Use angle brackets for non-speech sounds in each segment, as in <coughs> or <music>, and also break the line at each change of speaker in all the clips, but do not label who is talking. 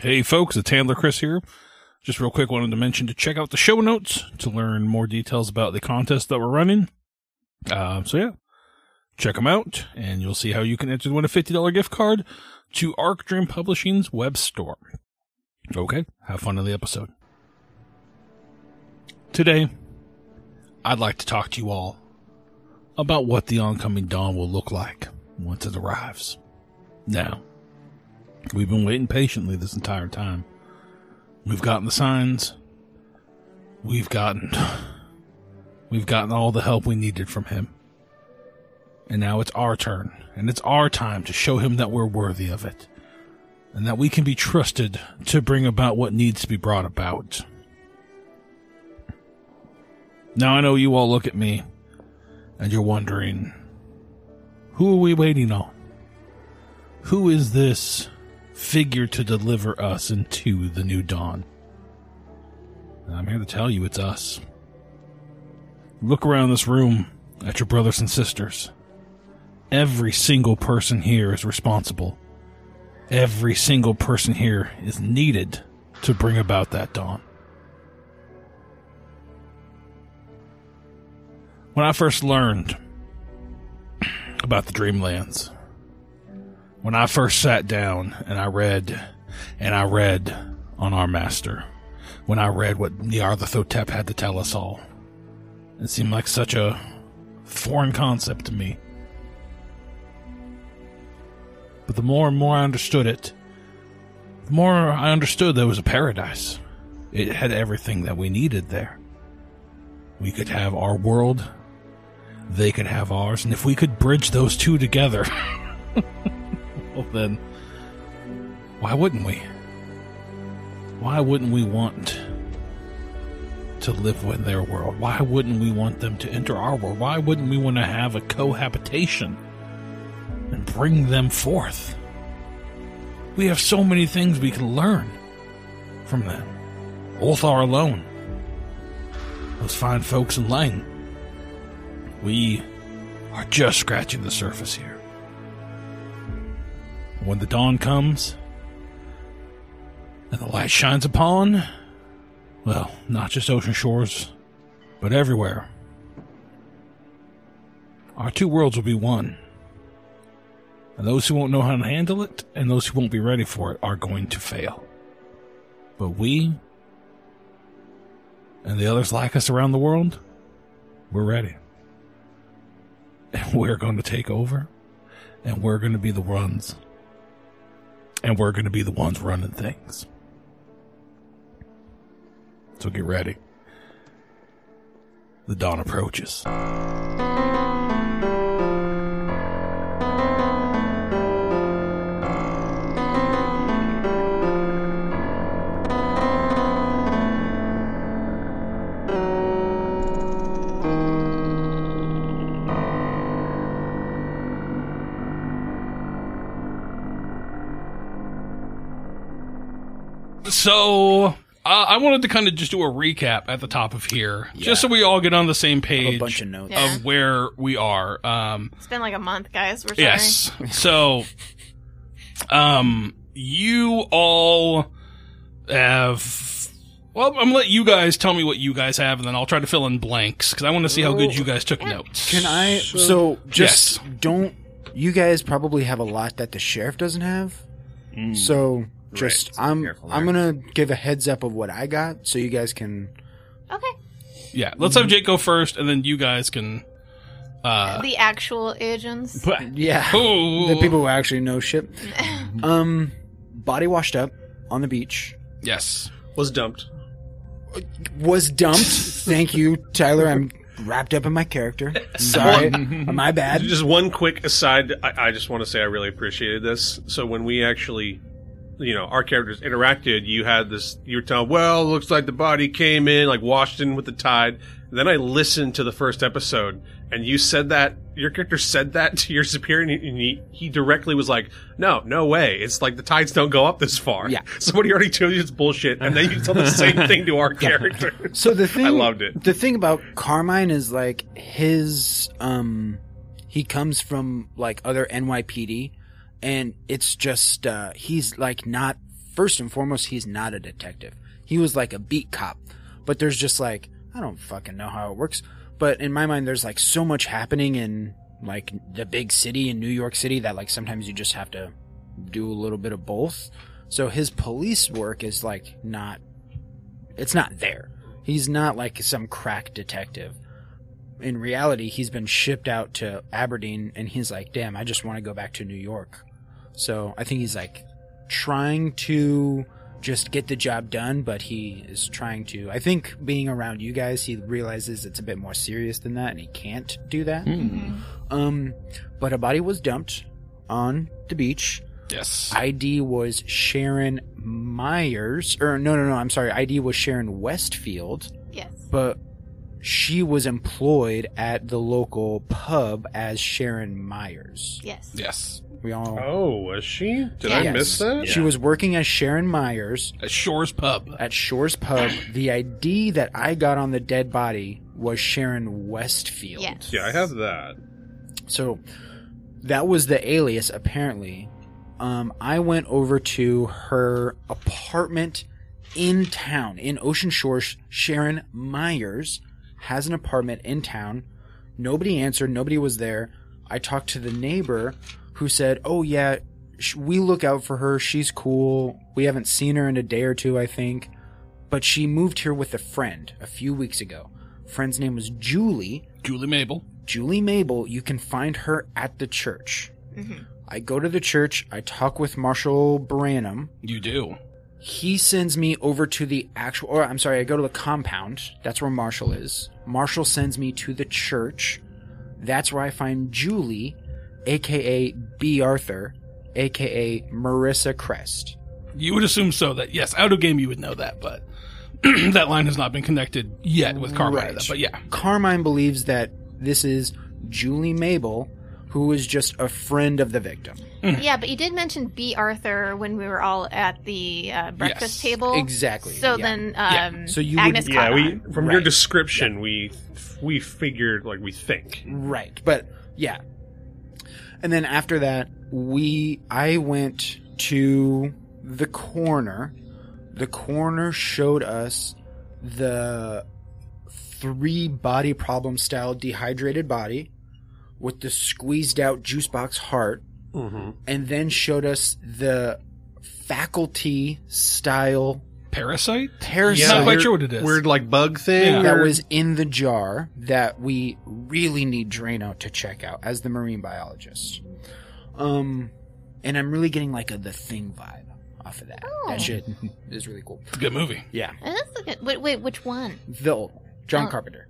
Hey, folks, it's Handler Chris here. Just real quick, wanted to mention to check out the show notes to learn more details about the contest that we're running. Uh, so, yeah, check them out, and you'll see how you can enter to win a $50 gift card to Arc Dream Publishing's web store. Okay, have fun in the episode. Today, I'd like to talk to you all about what the oncoming dawn will look like once it arrives. Now, we've been waiting patiently this entire time. We've gotten the signs. We've gotten <sighs> we've gotten all the help we needed from him. And now it's our turn, and it's our time to show him that we're worthy of it. And that we can be trusted to bring about what needs to be brought about. Now I know you all look at me and you're wondering, who are we waiting on? Who is this figure to deliver us into the new dawn? And I'm here to tell you it's us. Look around this room at your brothers and sisters. Every single person here is responsible. Every single person here is needed to bring about that dawn. When I first learned about the Dreamlands, when I first sat down and I read and I read on our master, when I read what Nyarlathotep had to tell us all, it seemed like such a foreign concept to me. But the more and more I understood it, the more I understood there was a paradise. It had everything that we needed there. We could have our world, they could have ours, and if we could bridge those two together, well then, why wouldn't we? Why wouldn't we want to live with their world? Why wouldn't we want them to enter our world? Why wouldn't we want to have a cohabitation and bring them forth? We have so many things we can learn from them. Ulthar alone, those fine folks in Lang. We are just scratching the surface here. When the dawn comes and the light shines upon, well, not just ocean shores, but everywhere, our two worlds will be one. And those who won't know how to handle it and those who won't be ready for it are going to fail. But we and the others like us around the world, we're ready. And <laughs> we're going to take over, and we're going to be the ones, and we're going to be the ones running things. So get ready. The dawn approaches. So uh, I wanted to kind of just do a recap at the top of here, just so we all get on the same page
a bunch of notes.
Yeah.
of where we are. Um,
It's been like a month, guys. We're sorry.
yes. So, um, you all have. Well, I'm gonna let you guys tell me what you guys have, and then I'll try to fill in blanks because I want to see how good you guys took notes.
Can I? So just don't. You guys probably have a lot that the sheriff doesn't have. Mm. So just I'm
Careful
I'm
there.
gonna give a heads up of what I got, so you guys can.
Okay.
Yeah, let's
Mm-hmm.
have Jake go first, and then you guys can. Uh,
the actual agents.
Yeah.
oh,
<laughs> The people who actually know shit. um, body washed up on the beach
yes.
was dumped.
was dumped. Thank you, Tyler. I'm wrapped up in my character. <laughs> Sorry, my bad.
Just one quick aside. I, I just want to say I really appreciated this. So when we actually, you know, our characters interacted, you had this. You were telling, well, looks like the body came in, like washed in with the tide. then I listened to the first episode, and you said that your character said that to your superior, and he- and he, he directly was like, "No, no way! It's like the tides don't go up this far."
Yeah.
<laughs> Somebody already told you it's bullshit, and then you tell the same
<laughs>
thing to our character.
So the thing
I loved it.
The thing about Carmine is like his um he comes from like other NYPD and it's just uh he's like not first and foremost, he's not a detective. He was like a beat cop. But there's just like, I don't fucking know how it works. But in my mind, there's like so much happening in like the big city in New York City that like sometimes you just have to do a little bit of both. So his police work is like not, it's not there. He's not like some crack detective. In reality, he's been shipped out to Aberdeen and he's like, damn, I just want to go back to New York. So I think he's like trying to just get the job done, but he is trying to. I think being around you guys, he realizes it's a bit more serious than that, and he can't do that.
Hmm.
Mm.
Mm-hmm.
Um, but a body was dumped on the beach.
Yes.
ID was Sharon Myers, or no, no, no. I'm sorry. ID was Sharon Westfield,
Yes.
but she was employed at the local pub as Sharon Myers.
Yes.
yes.
We all.
Oh, was she? Did I
Yes.
miss that?
She was working as Sharon Myers
At Shore's Pub.
at Shore's Pub, the ID that I got on the dead body was Sharon Westfield.
Yes.
Yeah, I have that.
So that was the alias, apparently. Um, I went over to her apartment in town, in Ocean Shores. Sharon Myers has an apartment in town. Nobody answered, nobody was there. I talked to the neighbor who said, Oh, yeah, sh- we look out for her. She's cool. We haven't seen her in a day or two, I think. But she moved here with a friend a few weeks ago. Friend's name was Julie.
Julie Mabel.
Julie Mabel, you can find her at the church.
Mm-hmm.
I go to the church, I talk with Marshall Branham.
You do.
He sends me over to the actual, or I'm sorry, I go to the compound. That's where Marshall is. Marshall sends me to the church. That's where I find Julie, aka B. Arthur, aka Marissa Crest.
You would assume so. That yes, out of game you would know that, but <clears throat> that line has not been connected yet with Carmine.
Right.
But yeah,
Carmine believes that this is Julie Mabel, who is just a friend of the victim.
Yeah, but you did mention B. Arthur when we were all at the uh, breakfast
Yes,
table.
exactly,
So
yeah.
then,
Yeah.
um,
So you would-
Agnes
Yeah,
caught
we
on.
from your
Right.
description, we we figured like we think.
Right. But yeah. And then after that, we I went to the corner. The corner showed us the three body problem style dehydrated body with the squeezed out juice box heart
Mm-hmm.
and then showed us the faculty style
parasite.
parasite
Not quite sure what it is.
Weird like bug thing.
Yeah.
or-
that was in the jar that we really need Drano to check out as the marine biologist. Um, and I'm really getting like a the thing vibe off of that.
Oh.
That shit is really cool.
It's a good movie.
Yeah,
And Uh, that's a good. Wait, wait, which one?
the John
Oh.
Carpenter.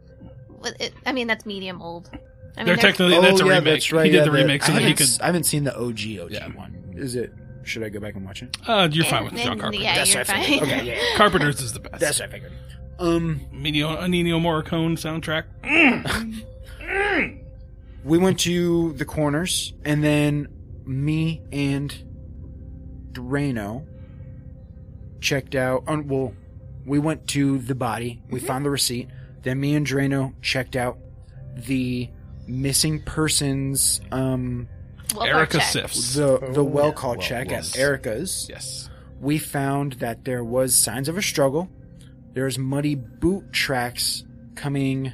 Well, it- I mean, that's medium old. I mean,
They're
there's-
technically that's a remake. he did
Oh, yeah,
the remake so
I
that he
haven't
could.
s- I haven't seen the OG OG
Yeah.
one. Is it? Should I go back and watch it?
Uh, you're
yeah,
fine with John
yeah,
Carpenter.
Yeah,
That's
you're
what I
fine.
figured. Okay, yeah, yeah.
Carpenter's is the best.
That's what I figured. Um,
Minio, a Nino Morricone soundtrack.
we went to the corners, and then me and Drano checked out. On, well, we went to the body. We found the receipt. Then me and Drano checked out the missing persons, um,
Well,
Erica
fact check.
Siffs.
the the well call check
yes.
at Erica's.
yes.
We found that there was signs of a struggle. There's muddy boot tracks coming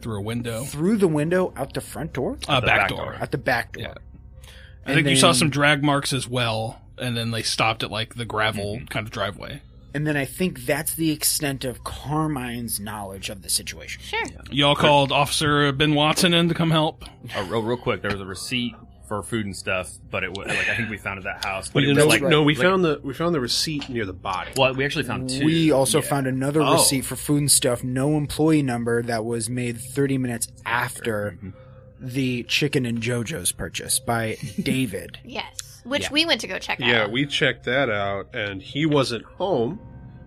Through a window.
through the window out the front door,
Uh, back,
back
door.
door.
at the back door.
Yeah. I
And
think you saw
then-
some drag marks as well, and then they stopped at like the gravel kind of driveway.
And then I think that's the extent of Carmine's knowledge of the situation.
Sure.
Y'all called Officer Ben Watson in to come help.
Oh, real, real quick, there was a receipt for food and stuff, but it was like I think we found it at that house. But
We
it was
didn't-
like
no, we
like-
found the we found the receipt near the body.
Well, we actually found two.
We also found another
Oh.
receipt for food and stuff, no employee number that was made 30 minutes after
Mm-hmm.
the chicken and JoJo's
<laughs>
purchase by David.
Yes. Which
Yeah.
we went to go check
Yeah,
out.
we checked that out, and he wasn't home.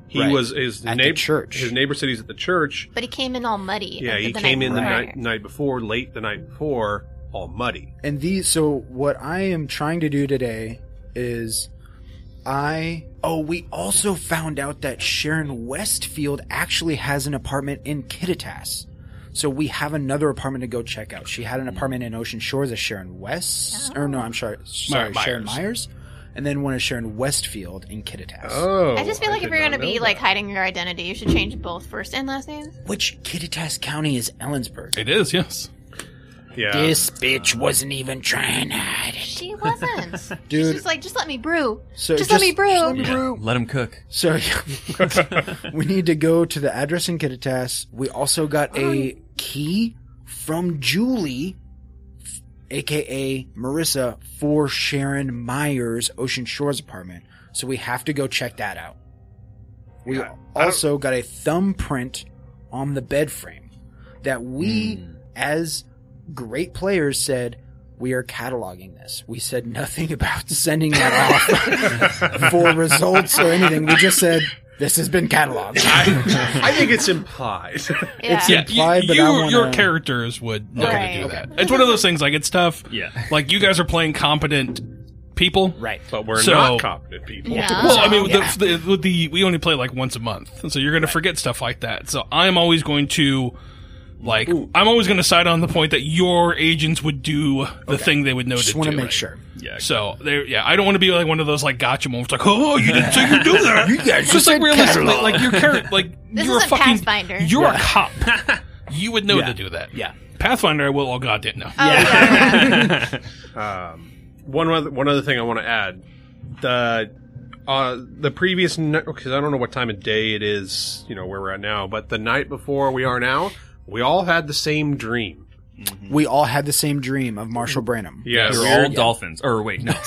He
Right.
was his
At the
neighbor.
church.
His neighbor said he's at the church.
But he came in all muddy.
Yeah,
like,
he
the
came in the
before.
night night before, late the night before, all muddy.
And these, so what I am trying to do today is I. Oh, we also found out that Sharon Westfield actually has an apartment in Kittitas. So we have another apartment to go check
Oh.
out. She had an apartment in Ocean Shores as Sharon West, or no, I'm sorry, sorry
Myers.
Sharon Myers, and then one is Sharon Westfield in Kittitas.
Oh.
I just feel like if
did
you're
not
gonna be
know
like
that.
hiding your identity, you should change both first and last names.
Which Kittitas County is Ellensburg?
It is, yes.
yeah.
This bitch wasn't even trying to hide it.
She wasn't.
Dude.
She's just like, just let me brew.
So
just, let me brew.
just let me brew.
Let him cook.
So <laughs> we need to go to the address in Kittitas. We also got a
Oh.
key from Julie, aka Marissa, for Sharon Myers' Ocean Shores apartment. So we have to go check that out. We
Yeah, I
also got a thumbprint on the bed frame that we,
Hmm.
as great players, said we are cataloging this. We said nothing <laughs> about sending that off <laughs> for results or anything. We just said this has been cataloged.
I, I think it's implied. <laughs>
Yeah.
It's
Yeah,
implied,
you,
but I
you-
wanna-
your characters would know
Right.
to do
Okay.
that. It's one of those things. Like it's tough.
Yeah.
Like you guys are playing competent people.
right. Oh,
but we're
So-
not competent people.
Yeah.
Well, I mean,
Yeah.
the, the, with the we only play like once a month, so you're going to forget stuff like that. So I'm always going to, like, I'm always going to side on the point that your agents would do the thing they would know
Just
to
want
do.
to make sure.
Yeah.
So there, yeah, I don't want to be like one of those like gotcha moments, like, oh, you didn't say you do that. you guys just like realistically, like your character, like
<laughs> This
you're a
isn't
fucking
Pathfinder.
You're a cop. you would know to do that.
Yeah.
Pathfinder, I will all goddamn know.
Oh, yeah.
One other one other thing I want to add the uh, the previous because I don't know what time of day it is, you know where we're at now, but the night before we are now, we all had the same dream.
We all had the same dream of Marshall Branham.
Yes,
They're all dolphins. Or wait, no. <laughs>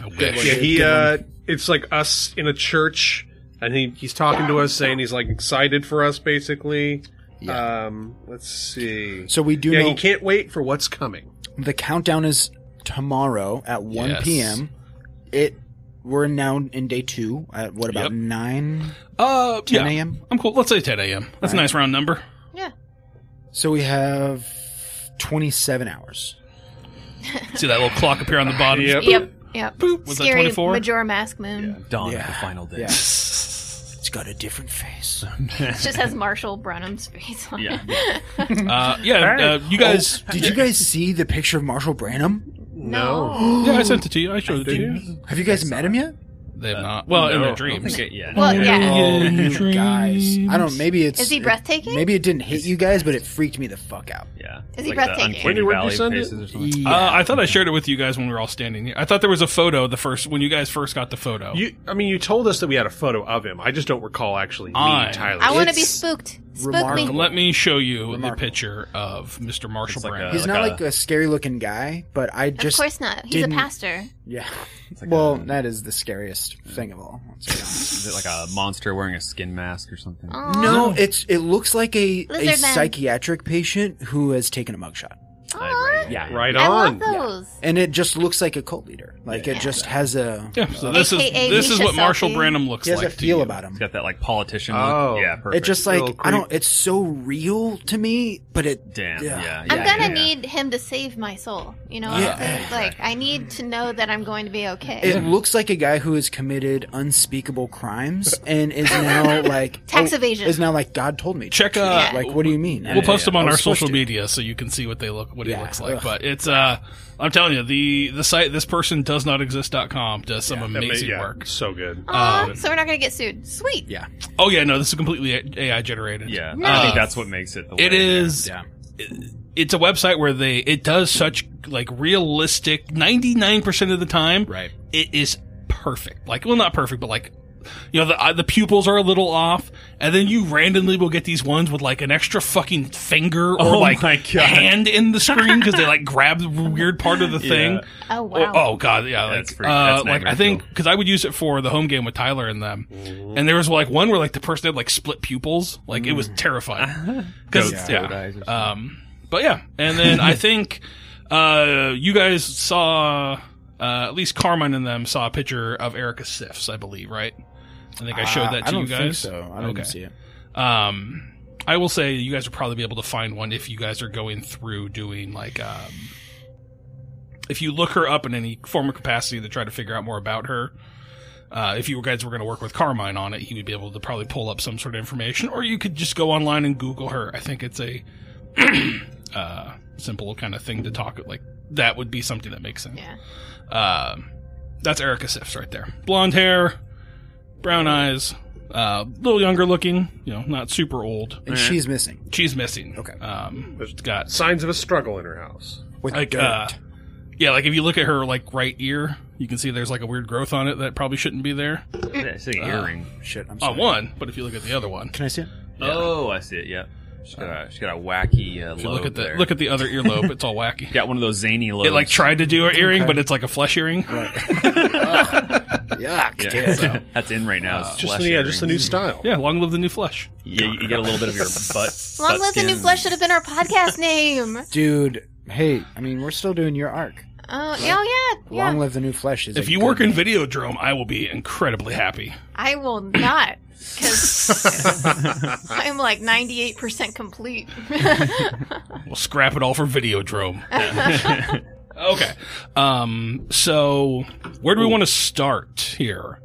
Oh.
yeah. He uh, it's like us in a church, and he he's talking to us, saying he's like excited for us, basically. Um, let's see.
So we do
yeah,
know
he can't wait for what's coming.
the countdown is tomorrow at 1
Yes.
p.m. It we're now in day 2 at what about
Yep.
9
Uh,
10
yeah.
a.m.
I'm cool. Let's say 10 a.m. That's a nice round number.
yeah.
So we have 27 hours.
See that little clock appear on the bottom.
Yep.
Yep. Yep.
Boop. Was that
Scary
24?
Majora Mask Moon.
Dawn
Yeah.
of the final day.
Yeah. It's got a different face.
It just has Marshall Brunham's face on
Yeah.
it. <laughs>
Uh, yeah, uh, you guys.
Did you guys see the picture of Marshall Branham?
No,
Oh.
Yeah, I sent it to you. I showed it to you.
Have you guys met him yet?
They have not. Well, in
No,
their
I don't
dreams.
Okay, yeah.
<gasps> Well, yeah.
Oh, you guys. I don't maybe it's
Is he
it-
breathtaking?
Maybe it didn't hit you guys, but it freaked me the fuck out.
yeah.
Is he
the
breathtaking?
Uncanny
When would you
Valley
send it?
faces or something.
Uh, I thought I shared it with you guys when we were all standing here. I thought there was a photo the first when you guys first got the photo.
you. I mean, you told us that we had a photo of him. I just don't recall actually
I-
meeting Tyler.
I want to be
It's
spooked. Spook
remarkable.
me.
Let me show you
Remarkable.
the picture of Mr. Marshall
It's like
Brown.
a-
He's
like
not like a scary looking guy, but I
Of
just
course not. He's a
didn't-
pastor.
Yeah. <laughs>
like
well,
a- um,
that is the scariest thing of all. let's be honest.
Is it like a monster wearing a skin mask or something?
Aw.
No, it's it looks like a,
Lizard
a
man.
psychiatric patient who has taken a mugshot.
Aw.
yeah.
right
I love
on.
those.
And it just looks like a cult leader. Like it just has a
yeah, so this
AKA
is this is
Misha
what Marshall
Selfie.
Branham looks
he has
like.
a
to
feel
you.
about him.
uh, It's got that like politician
Oh.
look. Yeah, perfect.
It's just
Little
like I
creep.
don't it's so real to me, but it
Damn. Yeah.
Yeah.
yeah,
I'm gonna
yeah, yeah.
need him to save my soul. You know, what
Yeah.
I'm
<laughs>
saying? like I need to know that I'm going to be okay.
it looks like a guy who has committed unspeakable crimes and is now
<laughs>
like oh,
Tax evasion.
Is now like God told me. to."
Check uh
Like what do you mean?
We'll post them on
I was
our
supposed
social
to.
media so you can see what they look what he
Yeah,
looks like.
ugh.
But it's uh I'm telling you, the the site this person does not exist.com does some
I mean,
amazing
yeah,
work.
So good.
Aw, so we're not gonna get sued. Sweet.
um, Yeah.
Oh yeah, no, this is completely A- AI generated.
Yeah, I
Nice.
think that's what makes it. The
It
way,
is
Yeah.
it's a website where they it does such like realistic 99% of the time
Right.
it is perfect like well not perfect but like you know the uh, the pupils are a little off and then you randomly will get these ones with like an extra fucking finger or
Oh
like
my God.
hand in the screen because they like grab the weird part of the thing
<laughs> Yeah.
Oh wow.
Oh, oh, god, yeah, like,
That's pretty-
uh,
that's
like I
nightmare
think
fuel.
because I would use it for the home game with Tyler and them,
Mm-hmm.
and there was like one where like the person had like split pupils, like it was
<laughs>
terrifying. Because
Goat's third
yeah,
Mm. eyes or something.
um, but yeah, and then
<laughs>
I think uh, you guys saw uh, at least Carmen and them saw a picture of Erica Siffs, I believe, right? I think I showed that to
Ah, Uh, I don't
you guys.
Think so I don't
Okay.
see it.
Um, I will say you guys will probably be able to find one if you guys are going through doing like um, if you look her up in any form or capacity to try to figure out more about her. Uh, if you guys were going to work with Carmine on it, he would be able to probably pull up some sort of information, or you could just go <clears throat> online and Google her. I think it's a uh, simple kind of thing to talk like that would be something that makes sense.
Yeah.
Um, that's Erica Siffs right there. Blonde hair, brown eyes, a little younger looking. You know, not super old.
And she's missing
She's missing.
Okay.
Um, got
Signs of a struggle in her house.
with
like
dirt.
uh, yeah, like if you look at her like right ear, you can see there's like a weird growth on it that probably shouldn't be there
Yeah, it's an earring.
Shit, I'm sorry.
on one. But if you look at the other one,
Can I see it?
Oh, I see it. Yep. She's got a, she's got a wacky uh,
if you
lobe
look at the
there.
look at the other earlobe, it's all wacky.
got one of those zany lobes.
It like tried to do an earring, but it's like a flesh earing.
Yuck,
Yeah,
dude.
so <laughs> that's in right now. is
Just
flesh
the, yeah, just a new
earrings.
style.
Yeah, long live the new flesh.
Yeah, you, you get a little bit <laughs> of your butt.
Long
butt
live the new
skin.
flesh should have been
<laughs>
our podcast name.
Dude, hey, I mean, we're still doing your arc.
Oh, oh yeah, yeah.
Long live the new flesh. Is
If
a
you
good
work in
name.
Videodrome, I will be incredibly happy.
I will not, because
<laughs>
I'm like 98% complete. <laughs>
We'll scrap it all for Videodrome. <laughs> okay. Um. So, where do we want to start here?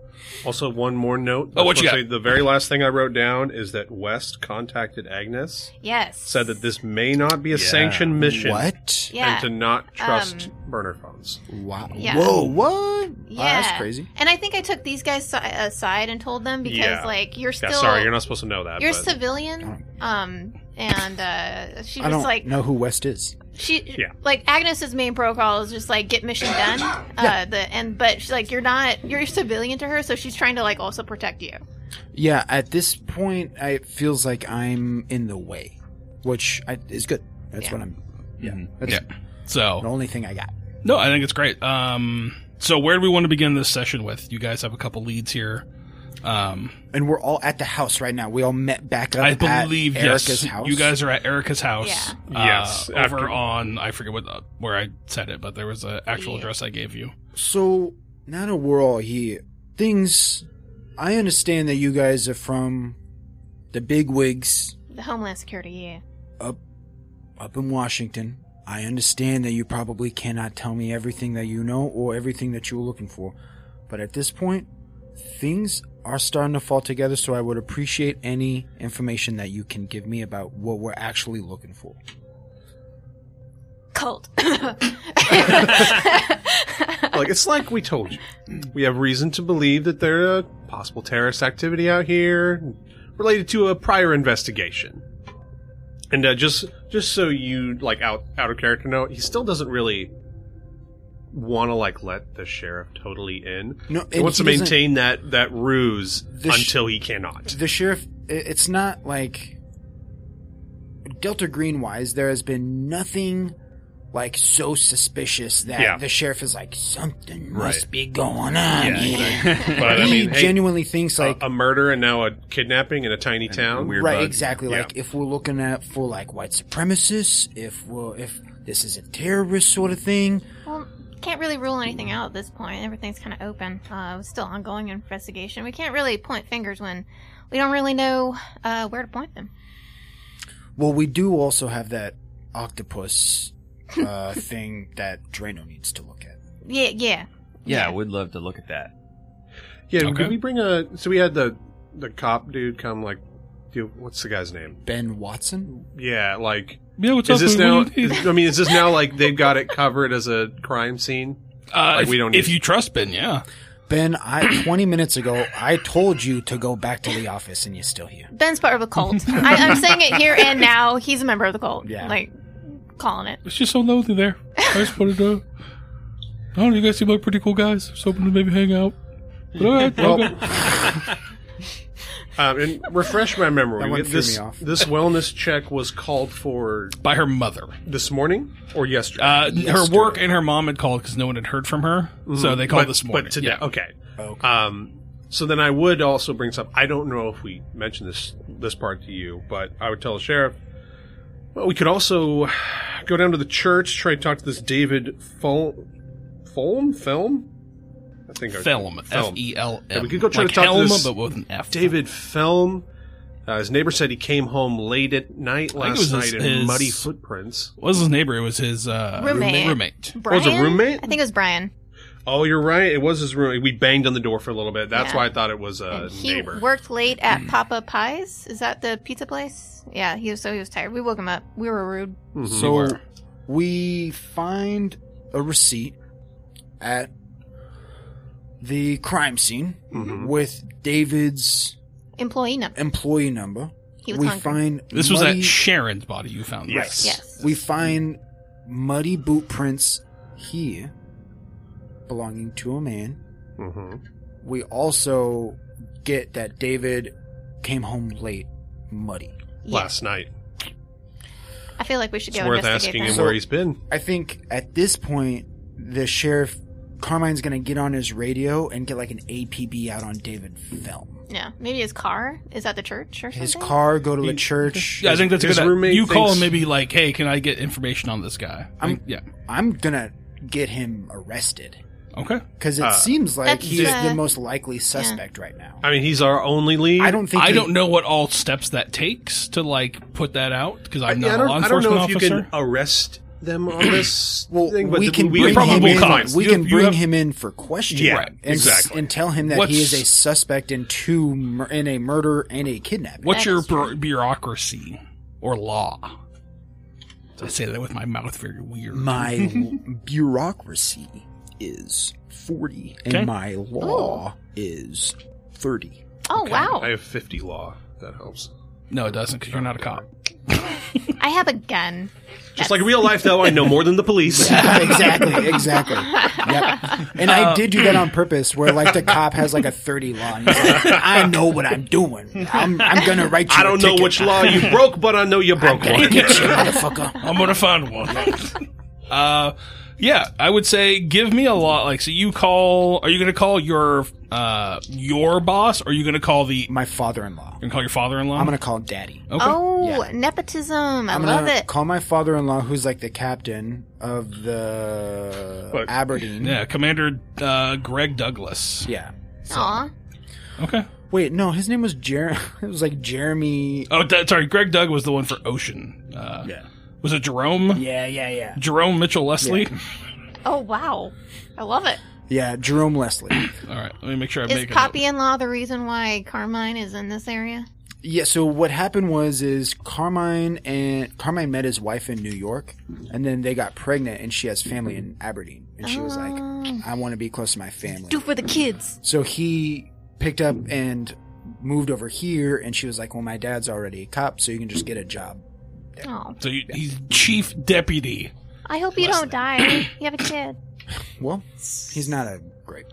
Also, one more note.
Oh, what you
I was
got?
gonna the very last thing I wrote down is that West contacted Agnes,
yes.
said that this may not be a sanctioned mission,
What?
yeah. um,
and to not trust burner phones.
Wow.
Yeah.
Whoa, what?
yeah.
Wow, that's crazy.
And I think I took these guys si- uh, aside and told them because,
Yeah.
like, you're still.
yeah, sorry, you're not supposed to know that.
you're
but
civilian. Um, and uh, she
I
was
don't
like,
know who West is.
she
Yeah.
like Agnes's main protocol is just like get mission done. Uh, the and but she's like you're not you're civilian to her, so she's trying to like also protect you.
Yeah, at this point, I, it feels like I'm in the way, which I, is good. That's
Yeah.
what I'm. Yeah,
Mhm.
that's
Mm-hmm. Yeah. So,
the only thing I got.
No, I think it's great. Um, so where do we want to begin this session with? You guys have a couple leads here. Um,
And we're all at the house right now. We all met back up
I
at
believe yes,
Erica's house.
you guys are at Erica's house.
Yeah.
uh,
Yes,
over
after-
on I forget what uh, where I said it, but there was an actual
Yeah.
address I gave you.
So now that we're all here, things. I understand that you guys are from the big wigs
The Homeland Security, yeah.
up in Washington. I understand that you probably cannot tell me everything that you know or everything that you were looking for, but at this point, things are starting to fall together, so I would appreciate any information that you can give me about what we're actually looking for.
Cult.
like it's like we told you. We have reason to believe that there are possible terrorist activity out here related to a prior investigation. And uh, just just so you like out out of character note, he still doesn't really want to like let the sheriff totally in.
No,
he
and
wants
he
to
doesn't-
maintain that that ruse
The sh-
until he cannot.
The sheriff, i- it's not like Delta Green wise, there has been nothing like so suspicious that
Yeah.
the sheriff is like, something
Right.
must be going on
Yeah,
here."
<laughs> but
He
I mean, hey, uh,
genuinely thinks like
a, a murder and now a kidnapping in a tiny town.
weird-
right
bug.
exactly
Yeah.
like if we're looking at for like white supremacists if we're if this is a terrorist sort of thing
<laughs> well, can't really rule anything out at this point. Everything's kind of open. Uh, it's still ongoing investigation. We can't really point fingers when we don't really know uh, where to point them.
well we do also have that octopus uh, thing that Drano needs to look at
Yeah, yeah.
Yeah, I would love to look at that.
Yeah,
Okay.
did we bring a? So we had the the cop dude come like, dude, what's the guy's name?
Ben Watson
Yeah, like
Yeah, what's
is this now? Is, I mean, is this now like they've got it covered as a crime scene? like,
Uh, if,
we don't
if
need-
you trust Ben, yeah.
Ben I 20 minutes ago I told you to go back to the office and you're still here
Ben's part of a cult. I, I'm saying it here and now. He's a member of the cult.
Yeah.
Like, calling it.
Oh,
It's just so lonely there. I just put it up. I don't know, you guys seem like pretty cool guys. Just hoping to maybe hang out. But all right, okay.
Um, and refresh my memory.
That one
We-
threw
this
me off.
this wellness check was called for
By her mother.
this morning or yesterday.
Uh, her work and her mom had called because no one had heard from her, Uh, so they called
Mm-hmm. but,
this morning.
But today,
Yeah.
okay. Um, so then I would also bring this up. I don't know if we mentioned this this part to you, but I would tell the sheriff. Well, we could also go down to the church, try to talk to this David Fol- Fulm, Film. I think I-
Film, F E L M.
Yeah, we could go try
like
to talk to
Helm,
this
but with an F.
David Film. Uh, his neighbor said he came home late at night
I think it
last
was
night
his-
in
his-
muddy footprints.
What was his neighbor? It was his uh,
Roommate.
roommate.
Brian?
was it, roommate?
I think it was Brian.
Oh, you're right. It was his roommate. We banged on the door for a little bit. That's
Yeah.
why I thought it was a
And he
uh, neighbor.
worked late at
Mm.
Papa Pies. Is that the pizza place? Yeah,
Mm-hmm.
he was so he was tired. We woke him up. We were rude.
Mhm.
so we find a receipt at the crime scene with David's
Employee number.
employee number.
He was
we
hungry.
find
This was at
muddy-
Sharon's body you found. right?
Yes.
Yes.
we find muddy boot prints here belonging to a man.
hmm
We also get that David came home late, muddy.
Last night.
I feel like we should
It's
go
worth
investigate
asking him
that.
where he's been.
I think at this point, the sheriff Carmine's gonna get on his radio and get like an APB out on David Film.
Yeah, maybe his car is at the church or something.
His car go to the church.
Yeah, I think that's a
His
good.
roommate
you call
thinks-
him maybe like, hey, can I get information on this guy?
I'm-
Like, yeah.
I'm gonna get him arrested
Okay.
because it
Uh,
seems like
That's,
he's
uh,
the most likely suspect right now.
I mean, he's our only lead.
I don't think
I
he-
don't know what all steps that takes to like put that out because
I,
I'm
yeah,
not
I
a
don't,
law
I don't
enforcement
know if you
officer.
can arrest them <clears throat> on this
Well,
thing, but
we
th-
can
we
bring him
probably
in.
find-
We
You-
can
you
bring
have-
him in for questioning,
Yeah,
and, s-
exactly.
and tell him that he is
What's-
a suspect in two mur- in a murder and a kidnapping.
What's
That
your
is
bu- bureaucracy or law? I say that with my mouth very weird.
<laughs>
My l- bureaucracy is forty,
Okay.
and my law is
<laughs>
thirty.
Oh wow!
I have 50 law. if That helps.
no, it doesn't because you're not a cop.
I have a gun.
Just like real life, though, I know more than the police.
exactly, exactly. Yep. And
Uh,
I did do that on purpose, where like the cop has like a thirty law. And he's
<laughs>
like, I know what I'm doing. I'm, I'm gonna write you.
I
a
don't know
ticket.
which law you broke, but I know you broke one.
Get <laughs> you, motherfucker.
I'm gonna find one. uh, yeah, I would say give me a lot. Like, so you call? Are you gonna call your uh your boss? Or are you gonna call the? You're
My father-in-law.
gonna call your father-in-law?
I'm gonna call daddy.
Okay.
Oh, nepotism! I
I'm
love
gonna
it.
call my father-in-law, who's like the captain of the
What?
Aberdeen.
Yeah, Commander uh, Greg Douglas.
Yeah.
Aw,
Okay.
Wait, no, his name was Jer. <laughs> It was like Jeremy.
Oh, d- sorry. Greg Doug was the one for Ocean. Uh,
Yeah.
Was it Jerome?
Yeah, yeah, yeah.
Jerome Mitchell Leslie.
oh wow! I love it.
Yeah, Jerome Leslie. <clears throat>
All right. Let me make sure I
Is
make
copy in law the reason why Carmine is in this area?
yeah. So what happened was is Carmine and Carmine met his wife in New York, and then they got pregnant, and she has family in Aberdeen, and she was like,
Oh.
"I want to be close to my family."
Do for the kids.
So he picked up and moved over here, and she was like, "Well, my dad's already a cop, so you can just get a job."
Oh,
So you, he's chief deputy.
I hope you don't die. You have a kid.
Well, he's not a great.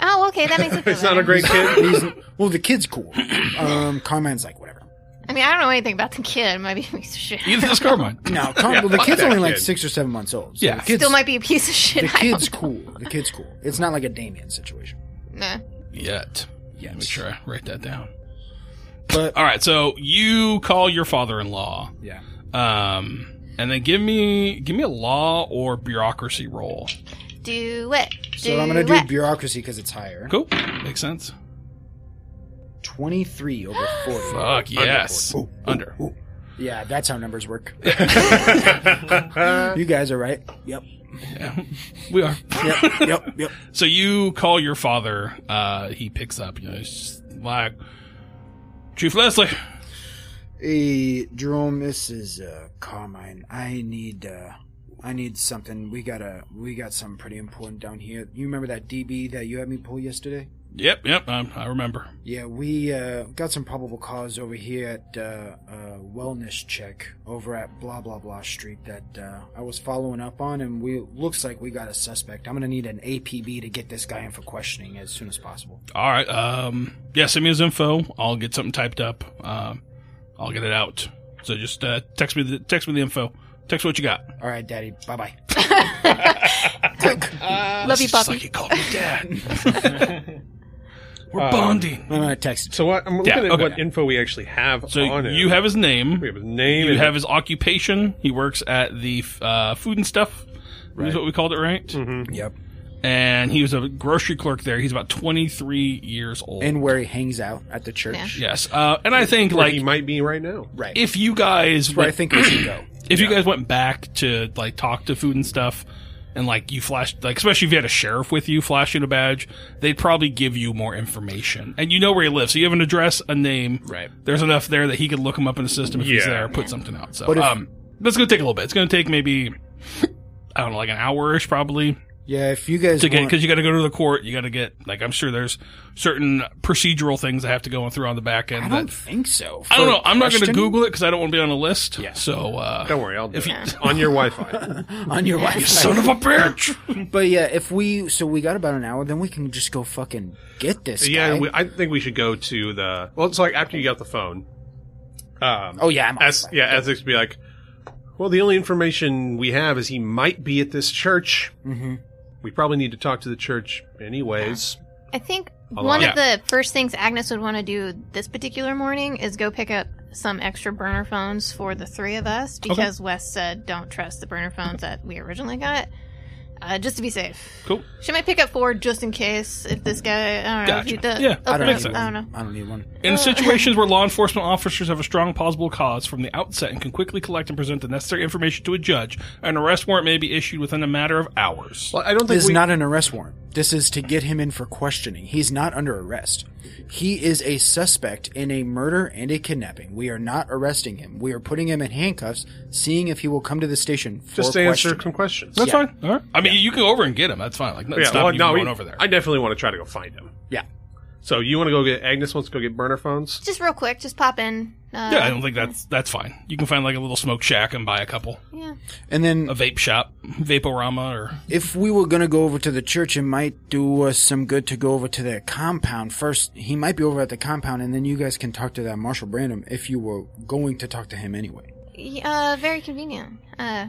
Oh, okay, that
<laughs>
makes it. feel
It's not a
better.
<laughs>
great kid.
He's, well, the kid's cool. Um, Carmine's like whatever.
I mean, I don't know anything about the kid. Might be a piece of shit.
Either this Carmine.
No, Car- well, the
fuck
kid's
that
only like
kid.
six or seven months old. So
Yeah.
the kid's,
Still might be a piece of shit.
the
I don't
kid's cool. The kid's cool. It's not like a Damien situation.
know.
Yet. Yeah. Make sure I write that down.
But
All right. So you call your father-in-law.
yeah,
Um. And then give me give me a law or bureaucracy roll.
Do it. Do
so I'm gonna do
it.
bureaucracy because it's higher.
Cool, makes sense.
Twenty three over forty.
Fuck yes,
Ooh, ooh,
under.
ooh. Yeah, that's how numbers work. you guys are right. Yep.
Yeah. we are.
Yep. Yep. Yep.
So you call your father. Uh, he picks up. You know, he's just like Chief Leslie.
Hey, Jerome, this is uh, Carmine. I need uh, I need something. We got to we got something pretty important down here. You remember that DB that you had me pull yesterday?
Yep, yep. Um, I remember.
Yeah, we uh, got some probable cause over here at uh, uh, wellness check over at blah blah blah street that uh, I was following up on, and we looks like we got a suspect. I'm gonna need an APB to get this guy in for questioning as soon as possible.
All right. Um, yeah. Send me his info. I'll get something typed up. Um, I'll get it out. So just uh, text me the text me the info. Text what you got.
All right, Daddy. Bye bye.
Love you,
It's just
puppy.
like he called me dad.
<laughs>
We're
Uh,
bonding.
I'm gonna text.
So what, I'm looking
Yeah,
at
okay.
what info we actually have
So
on him.
you have his name.
we have his name.
You
and-
have his occupation. He works at the uh, food and stuff. Is what we called it, right?
Yep.
And he was a grocery clerk there. He's about 23 years old.
And where he hangs out at the church.
Yeah.
yes, uh, and I think
where
like
he might be right now.
Right.
if you guys
where I
went-
think we should go.
if you guys went back to like talk to food and stuff, and like you flashed like especially if you had a sheriff with you flashing a badge, they'd probably give you more information. And you know where he lives, so you have an address, a name.
Right.
There's enough there that he could look him up in the system if he's
Yeah.
there, put something out. So
But if-
um, that's gonna take a little bit. It's gonna take maybe I don't know, like an hour ish probably
Yeah, if you guys
to get
want,
because you got to go to the court. You got to get like I'm sure there's certain procedural things I have to go on through on the back end.
I
that,
don't think so.
I don't know. I'm not going to
Question
Google it because I don't want to be on a list.
Yeah.
So uh,
Don't worry, I'll do
If
it.
you-
on your Wi-Fi.
on your website.
<laughs> son of a bitch.
But yeah, if we so we got about an hour, then we can just go fucking get this
yeah,
guy.
we, I think we should go to the. Well, it's like after you got the phone. Um,
oh yeah, I'm
as
outside.
yeah, Essex be like, well, the only information we have is he might be at this church.
Mm-hmm.
Mhm.
We probably need to talk to the church anyways.
I think
Hold
one
on.
of the first things Agnes would want to do this particular morning is go pick up some extra burner phones for the three of us because Wes said don't trust the burner phones that we originally got. Uh, just to be safe,
Cool.
she might pick up four just in case if this guy. I don't know. If he
Gotcha.
does,
Yeah,
I
I
don't,
don't,
need
makes
know.
sense.
I
one.
don't know.
I don't need one.
In situations where law enforcement officers have a strong plausible cause from the outset and can quickly collect and present the necessary information to a judge, an arrest warrant may be issued within a matter of hours.
Well, I don't think
This is
we.
not an arrest warrant. This is to get him in for questioning. He's not under arrest. He is a suspect in a murder and a kidnapping. We are not arresting him. We are putting him in handcuffs, seeing if he will come to the station for
just to answer
questioning.
some questions.
That's
yeah.
fine. All right. I mean, you can go over and get him. That's fine. Like,
Yeah,
stop
well,
you
no,
from
we-
going over there.
I definitely want to try to go find him.
Yeah.
So you want to go get Agnes? Wants to go get burner phones?
Just real quick, just pop in. Uh,
yeah, I don't think that's that's fine. You can find like a little smoke shack and buy a couple,
yeah.
And then
a vape shop, Vaporama, or
if we were going to go over to the church, it might do us some good to go over to their compound first. He might be over at the compound, and then you guys can talk to that Marshall Brandon if you were going to talk to him anyway.
Y- Uh, very convenient. Uh,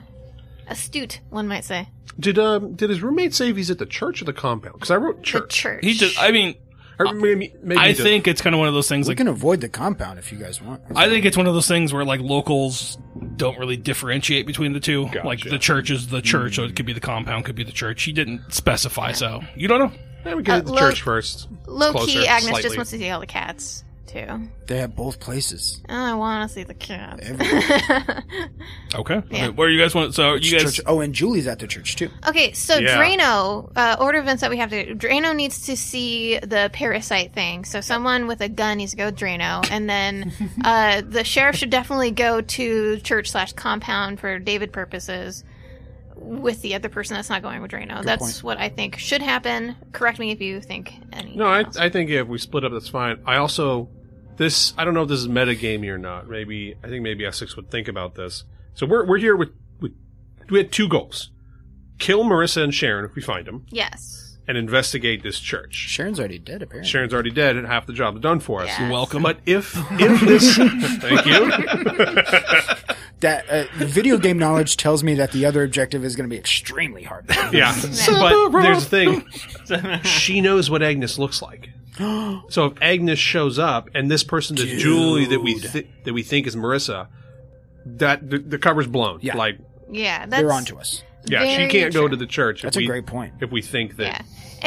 astute, one might say.
Did um did his roommate say if he's at the church or the compound? Because I wrote
The
church.
church.
he just. I mean,
Or maybe, maybe
I
he did.
think it's kind of one of those things.
We
Like,
can avoid the compound if you guys want.
I think it's one of those things where like locals don't really differentiate between the two. Like the church is the church, so it could be the compound, could be the church. He didn't specify, so you don't know.
Yeah, we go
Uh,
to the
low-
church first.
Low
Closer,
key, Agnes
slightly.
just wants to see all the cats too. Oh,
they have both places.
I want to see the cats.
Okay.
Yeah.
Okay, Where you guys want? So you guys.
Church- oh, and Julie's at the church too.
<laughs> Okay, so
Yeah.
Drano, uh, order of events that we have to Drano needs to see the parasite thing. So someone with a gun needs to go with Drano, and then uh, the sheriff should definitely go to church slash compound for David purposes with the other person that's not going with Drano. that's
point.
what I think should happen. Correct me if you think any.
No, I, I think if we split up, that's fine. I also this I don't know if this is metagamey or not. Maybe I think maybe Essex would think about this. So we're we're here with, with we had two goals: kill Marissa and Sharon if we find them,
yes.
and investigate this church.
Sharon's already dead, apparently.
Sharon's already dead, and half the job is done for us.
Yeah.
Welcome.
But if if this, <laughs> thank you.
That uh, the video game knowledge tells me that the other objective is going to be extremely hard.
<laughs> Yeah. But there's the thing.
<laughs>
She knows what Agnes
<gasps>
looks like. So if Agnes shows up and this person is Julie that we th- that we think is Marissa, that the, the cover's blown.
Yeah.
Like
Yeah, that's
They're on to us.
yeah, she
very
can't go
true.
to the church.
That's
if
a
we,
great point.
If we think that
Yeah.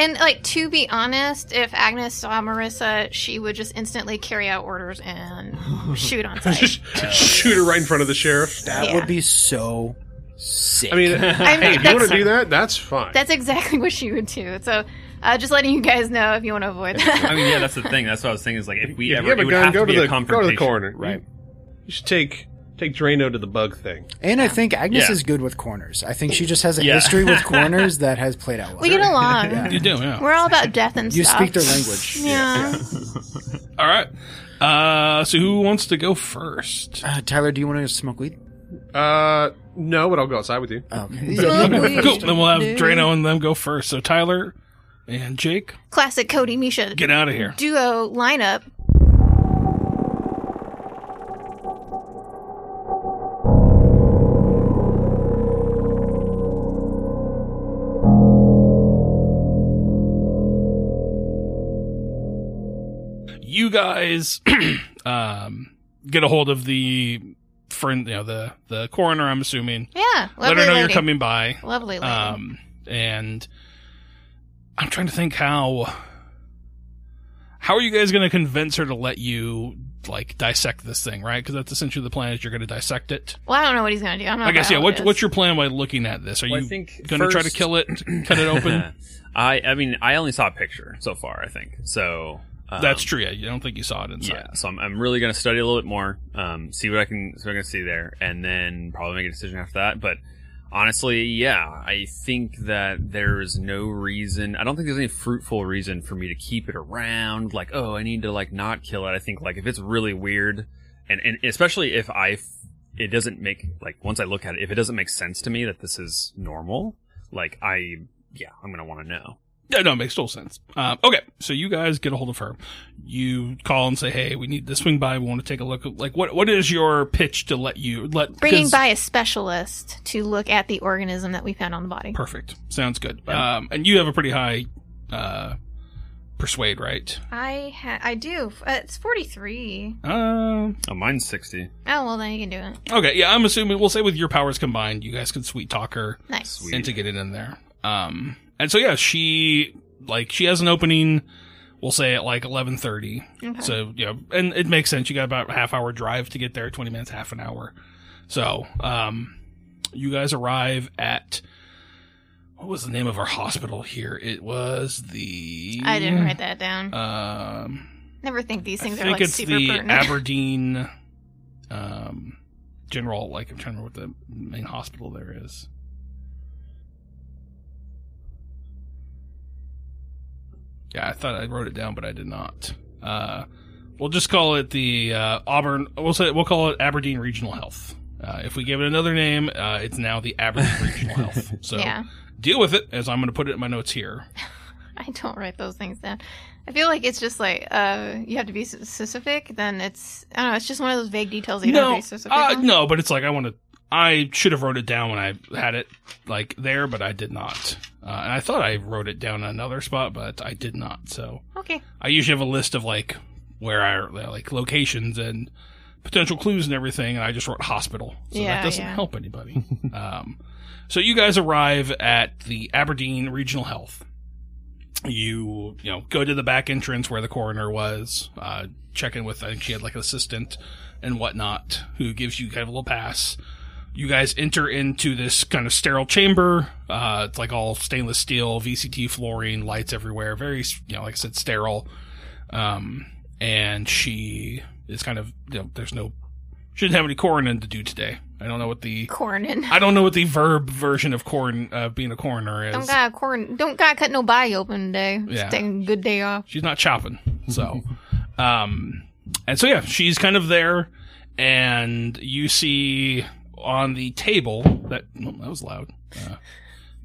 And like to be honest, if Agnes saw Marissa, she would just instantly carry out orders and shoot on sight.
<laughs> just shoot her right in front of the sheriff.
That
Yeah.
would be so sick.
I mean,
<laughs>
I mean,
<laughs> hey, if you
that's-
want to do that, that's fine.
That's exactly what she would do. So, uh, just letting you guys know if you want to avoid
I <laughs>
that.
mean, yeah, that's the thing. That's what I was thinking. Is like if we
if
ever
you have
it
a
would
gun,
have
go
to,
to
be
the
a
go to the
confrontation. <laughs>
corner.
right?
You, you should take take Drano to the bug thing.
and I think Agnes
Yeah.
is good with corners. I think she just has a
Yeah.
history with corners that has played out well.
we get along.
You do. Yeah.
We're all about death and
you
stuff.
speak their language.
Yeah. <laughs>
All right. Uh, so who wants to go first?
Uh, Tyler, do you want to smoke weed? Oh,
Uh, no, but I'll go outside with you.
Okay.
Okay, cool. Then we'll have Drano and them go first. So Tyler and Jake,
Classic Cody Misha
get out of here.
duo lineup.
You guys <clears throat> um, get a hold of the friend, you know, the the coroner. I'm assuming.
Yeah. Lovely
Let her know
lady.
you're coming by.
Lovely lady.
Um, and I'm trying to think how how are you guys going to convince her to let you like dissect this thing, right? Because that's essentially the plan is you're going to dissect it.
well, I don't know what he's gonna do. I'm not.
I
a
guess yeah. What,
biologist.
what's your plan by looking at this? Are
Well, I
you
think
going to try to
first-
kill it,
<coughs>
cut it open?
I I mean, I only saw a picture so far. I think so. um,
That's true. Yeah, you don't think you saw it inside.
Yeah, so I'm, I'm really gonna study a little bit more, um, see what I can, see what I can see there, and then probably make a decision after that. But Honestly, yeah, I think that there is no reason. I don't think there's any fruitful reason for me to keep it around. Like, oh, I need to like not kill it. I think like if it's really weird, and and especially if I, f- it doesn't make like once I look at it, if it doesn't make sense to me that this is normal, like I, yeah, I'm gonna want to know.
Yeah, no, it makes total sense. Um, okay, so you guys get a hold of her. You call and say, "Hey, we need to swing by. We want to take a look." at-" Like, what what is your pitch to let you let
Bringing
'cause-
by a specialist to look at the organism that we found on the body.
Perfect. Sounds good. Um, and you have a pretty high uh, persuade, right?
I ha- I do. F- Uh, it's 43.
Um,
Oh, mine's sixty.
Oh, well, then you can do it.
okay, yeah, I'm assuming we'll say with your powers combined, you guys can sweet talk her
Nice.
Sweet.
and to get it in there. Um, and so yeah, she like she has an opening. We'll say at like 11:30.
Okay.
So you know, and it makes sense. You got about a half hour drive to get there, 20 minutes, half an hour. So um, you guys arrive at. What was the name of our hospital here? It was the.
I didn't write that down.
Um,
Never think these things
I
are
think
like
it's
super
the
pertinent.
Aberdeen um, General. Like I'm trying to remember what the main hospital there is. Yeah, I thought I wrote it down, but I did not. Uh, we'll just call it the uh, Auburn. We'll say we'll call it Aberdeen Regional Health. Uh, if we give it another name, uh, it's now the Aberdeen Regional Health.
<laughs>
So
<laughs> Yeah.
deal with it, as I'm going to put it in my notes here.
I don't write those things down. I feel like it's just like uh, you have to be specific. Then it's I don't know. It's just one of those vague details that you don't have to be specific.
uh,
on.
no, but it's like I want to. I should have wrote it down when I had it like there, but I did not. Uh, and I thought I wrote it down in another spot, but I did not. So
Okay.
I usually have a list of like where I like locations and potential clues and everything, and I just wrote hospital. So
Yeah,
that doesn't
yeah.
help anybody. <laughs> um, so you guys arrive at the Aberdeen Regional Health. You you know go to the back entrance where the coroner was. Uh, check in with I think she had like an assistant and whatnot who gives you kind of a little pass. You guys enter into this kind of sterile chamber. Uh, it's like all stainless steel, VCT flooring, lights everywhere. Very, you know, like I said, sterile um, and she is kind of you know, there's no she didn't have any coronin to do today. I don't know what the <laughs>
Coronin.
I don't know what the verb version of coron uh, being a coroner is.
Don't got coron. Don't got cut no body open today. Just
Yeah.
taking a good day off.
She's not chopping. So, um, and so yeah, she's kind of there, and you see on the table that well, that was loud. Uh,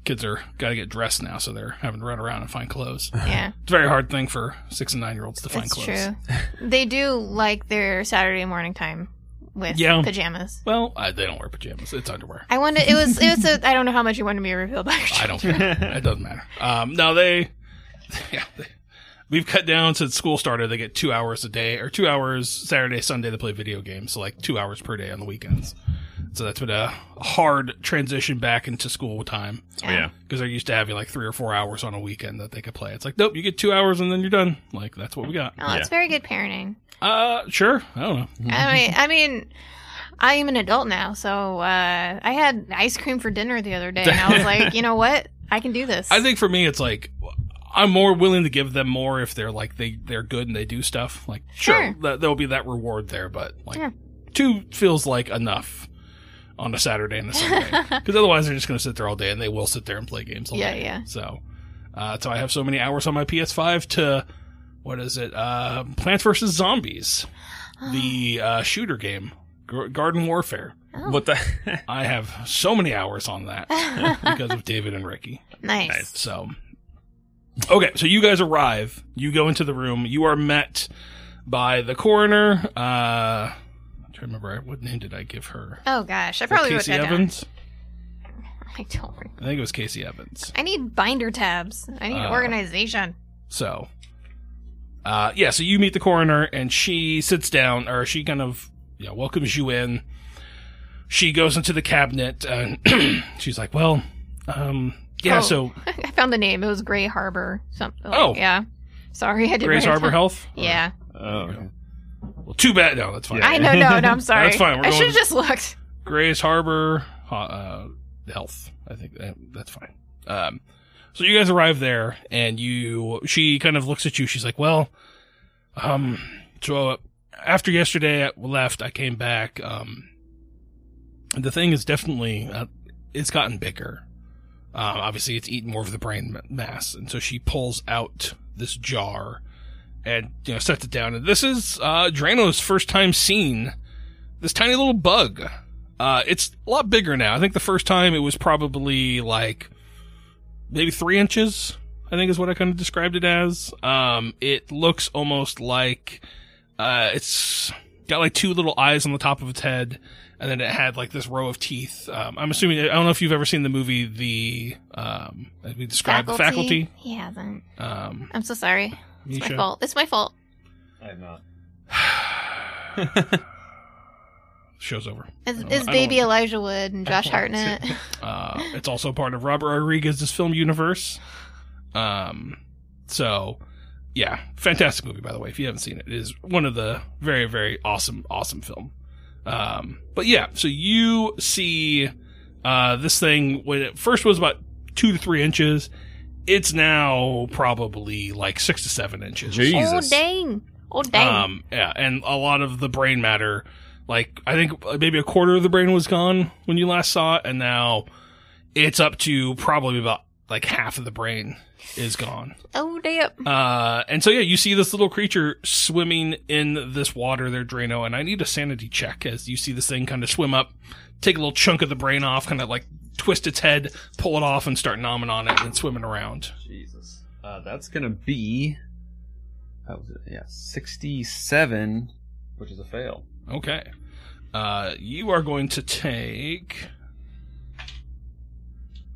kids are got to get dressed now, so they're having to run around and find clothes. It's
Yeah,
a very hard thing for six and nine year olds to find
that's
clothes.
true.
<laughs>
they do like their Saturday morning time with
Yeah.
pajamas.
Well, uh, they don't wear pajamas; it's underwear.
I wanted. It was. It was. A, I don't know how much you wanted me to reveal about. your
I don't care. it doesn't matter. Um, no, they, <laughs> yeah, they, we've cut down since school started. They get two hours a day or two hours Saturday, Sunday to play video games. So like two hours per day on the weekends. So that's been a hard transition back into school time
Oh, yeah.
because they're used to having like three or four hours on a weekend that they could play. It's like, nope, you get two hours and then you're done. Like that's what we got.
Oh, it's very good parenting.
Uh, sure. I don't know.
I mean, I mean, I am an adult now, so uh, I had ice cream for dinner the other day, and
<laughs>
I was like, you know what, I can do this. <laughs>
I think for me, it's like I'm more willing to give them more if they're like they they're good and they do stuff. Like sure,
Sure.
th- there'll be that reward there, but like
Yeah.
two feels like enough on a Saturday and a
<laughs>
Sunday because otherwise they're just going to sit there all day and they will sit there and play games all
Yeah,
day.
yeah.
So, uh, so I have so many hours on my PS5 to what is it? Uh, Plants vs
<gasps>
Zombies, the uh, shooter game, Gar- Garden Warfare.
Oh.
What the?
I have so many hours on that
<laughs>
because of David and Ricky.
nice.
So, okay, so you guys arrive. You go into the room. You are met by the coroner. Uh, I'm trying to remember what name did I give her?
Oh gosh, I probably wrote
Casey
that
Evans.
down. <laughs> I don't. re-
I think it was Casey Evans.
I need binder tabs. I need
Uh,
organization. <laughs>
So, uh, yeah, so you meet the coroner, and she sits down, or she kind of you know, welcomes you in. She goes into the cabinet, and <clears throat> she's like, "Well, um, yeah,
Oh.
so
I found the name. It was Gray Harbor. Something. like-
Oh.
yeah. Sorry, I didn't.
Grace
write it
Harbor
down.
Health.
Yeah,
<laughs> oh,
Well, too bad. No, that's fine.
Yeah.
I know. No,
<laughs>
no, I'm sorry.
That's fine, we're
I
going-
should have just looked.
Grays Harbor uh, uh, Health. I think that, that's fine. Um, so you guys arrive there, and you she kind of looks at you. She's like, "Well, um, so after yesterday I left, I came back. Um, and the thing is definitely uh, it's gotten bigger. Um, obviously, it's eaten more of the brain ma- mass, and so she pulls out this jar and you know sets it down. And this is uh, Drano's first time seeing this tiny little bug. Uh, it's a lot bigger now. I think the first time it was probably like maybe three inches. I think is what I kind of described it as. Um, it looks almost like uh, it's got like two little eyes on the top of its head, and then it had like this row of teeth. Um, I'm assuming I don't know if you've ever seen the movie the um, as we described the faculty.
He hasn't.
Um,
I'm so sorry. It's my
Misha.
fault. It's my fault.
I have not.
Show's over.
It's,
I don't- I
it's
don't
baby
want-
Elijah Wood and Josh
don't want
Hartnett.
<laughs> Uh, it's also part of Robert Rodriguez's film universe. Um, so yeah, fantastic movie by the way. If you haven't seen it, it is one of the very very awesome awesome film. Um, but yeah, so you see uh, this thing when it first was about two to three inches. It's now probably like six to seven inches.
oh
Jesus.
dang! Oh dang!
Um, yeah, and a lot of the brain matter, like I think maybe a quarter of the brain was gone when you last saw it, and now it's up to probably about like half of the brain is gone.
oh damn!
Uh, and so yeah, you see this little creature swimming in this water there, Drano, and I need a sanity check as you see this thing kind of swim up, take a little chunk of the brain off, kind of like twist its head, pull it off, and start nomming on it and swimming around.
Jesus. Uh, that's gonna be. That was it. Yeah, sixty-seven, which is a fail.
Okay. Uh, you are going to take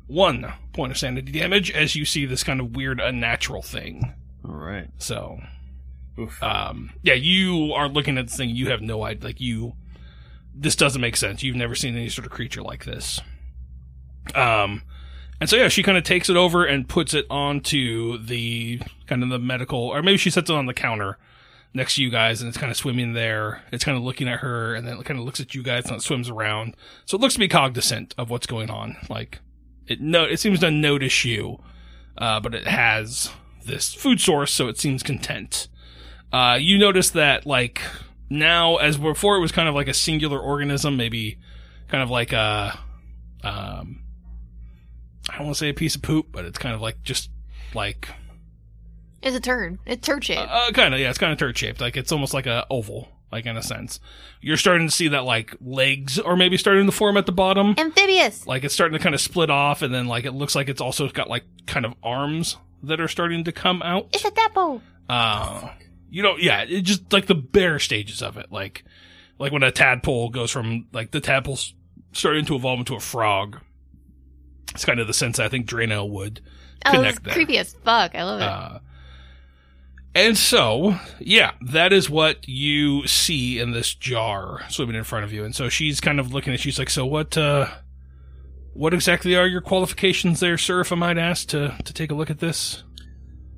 one point of sanity damage as you see this kind of weird, unnatural thing.
All right.
So,
Oof.
um, yeah, you are looking at this thing. You have no idea. Like, you. This doesn't make sense. You've never seen any sort of creature like this. Um, and so, yeah, she kind of takes it over and puts it onto the kind of the medical, or maybe she sets it on the counter next to you guys and it's kind of swimming there. It's kind of looking at her and then it kind of looks at you guys and it swims around. So it looks to be cognizant of what's going on. Like it no, it seems to notice you, uh, but it has this food source, so it seems content. Uh, you notice that like now, as before, it was kind of like a singular organism, maybe kind of like a, um, I don't want to say a piece of poop, but it's kind of like just like
it's a turd. It's turd shape.
uh, kind of, yeah. It's kind of turd shaped. Like it's almost like a oval, like in a sense. You're starting to see that like legs are maybe starting to form at the bottom.
Amphibious.
Like it's starting to kind of split off, and then like it looks like it's also got like kind of arms that are starting to come out.
It's a tadpole.
Uh, you know, yeah. It just like the bare stages of it, like like when a tadpole goes from like the tadpole's starting to evolve into a frog. It's kind of the sense I think Drano would
Oh, it's
connect there.
creepy as fuck. I love it.
Uh, and so, yeah, that is what you see in this jar swimming in front of you. And so she's kind of looking at. She's like, "So what? Uh, what exactly are your qualifications there, sir? If I might ask to to take a look at this."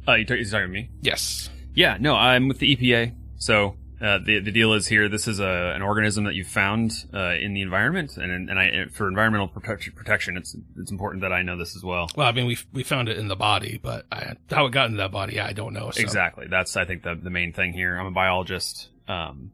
Uh, you talk, he's talking to me.
Yes.
Yeah, no, I'm with the EPA. So uh, the the deal is here. This is a an organism that you found uh, in the environment, and and I and for environmental protection protection, it's it's important that I know this as well.
Well, I mean, we we found it in the body, but I, how it got into that body, I don't know. So.
Exactly. That's I think the the main thing here. I'm a biologist, um,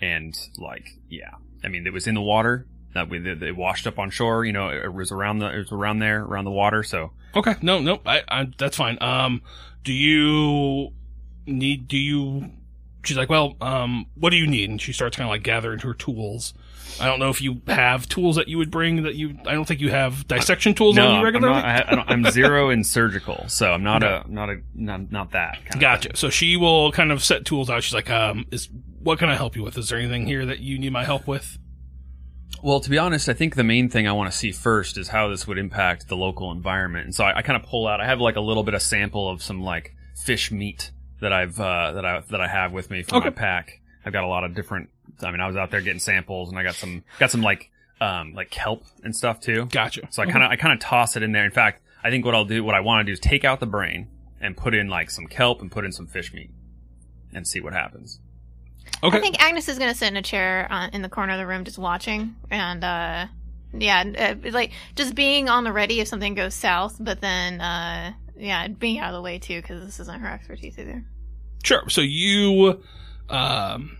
and like yeah, I mean it was in the water that we that they washed up on shore. You know, it, it was around the it was around there around the water. So
Okay. No. No. I, I. That's fine. Um. Do you need? Do you? She's like, well, um, what do you need? And she starts kind of like gathering her tools. I don't know if you have tools that you would bring that you. I don't think you have dissection tools
no,
on you
I'm, I'm
regularly.
not, I, I don't, I'm zero in surgical, so I'm not a not a not, not that. Kind
Gotcha. So she will kind of set tools out. She's like, um, is what can I help you with? Is there anything here that you need my help with?
Well, to be honest, I think the main thing I want to see first is how this would impact the local environment. And so I, I kind of pull out. I have like a little bit of sample of some like fish meat that I've uh, that I that I have with me for my
Okay.
pack. I've got a lot of different. I mean, I was out there getting samples, and I got some got some like um like kelp and stuff too.
Gotcha.
So I kind of I kind of toss it in there. In fact, I think what I'll do, what I want to do, is take out the brain and put in like some kelp and put in some fish meat, and see what happens.
Okay.
I think Agnes is gonna sit in a chair on, in the corner of the room, just watching, and uh, yeah, and, uh, it's like just being on the ready if something goes south. But then, uh, yeah, being out of the way too, because this isn't her expertise either.
Sure. So you, um,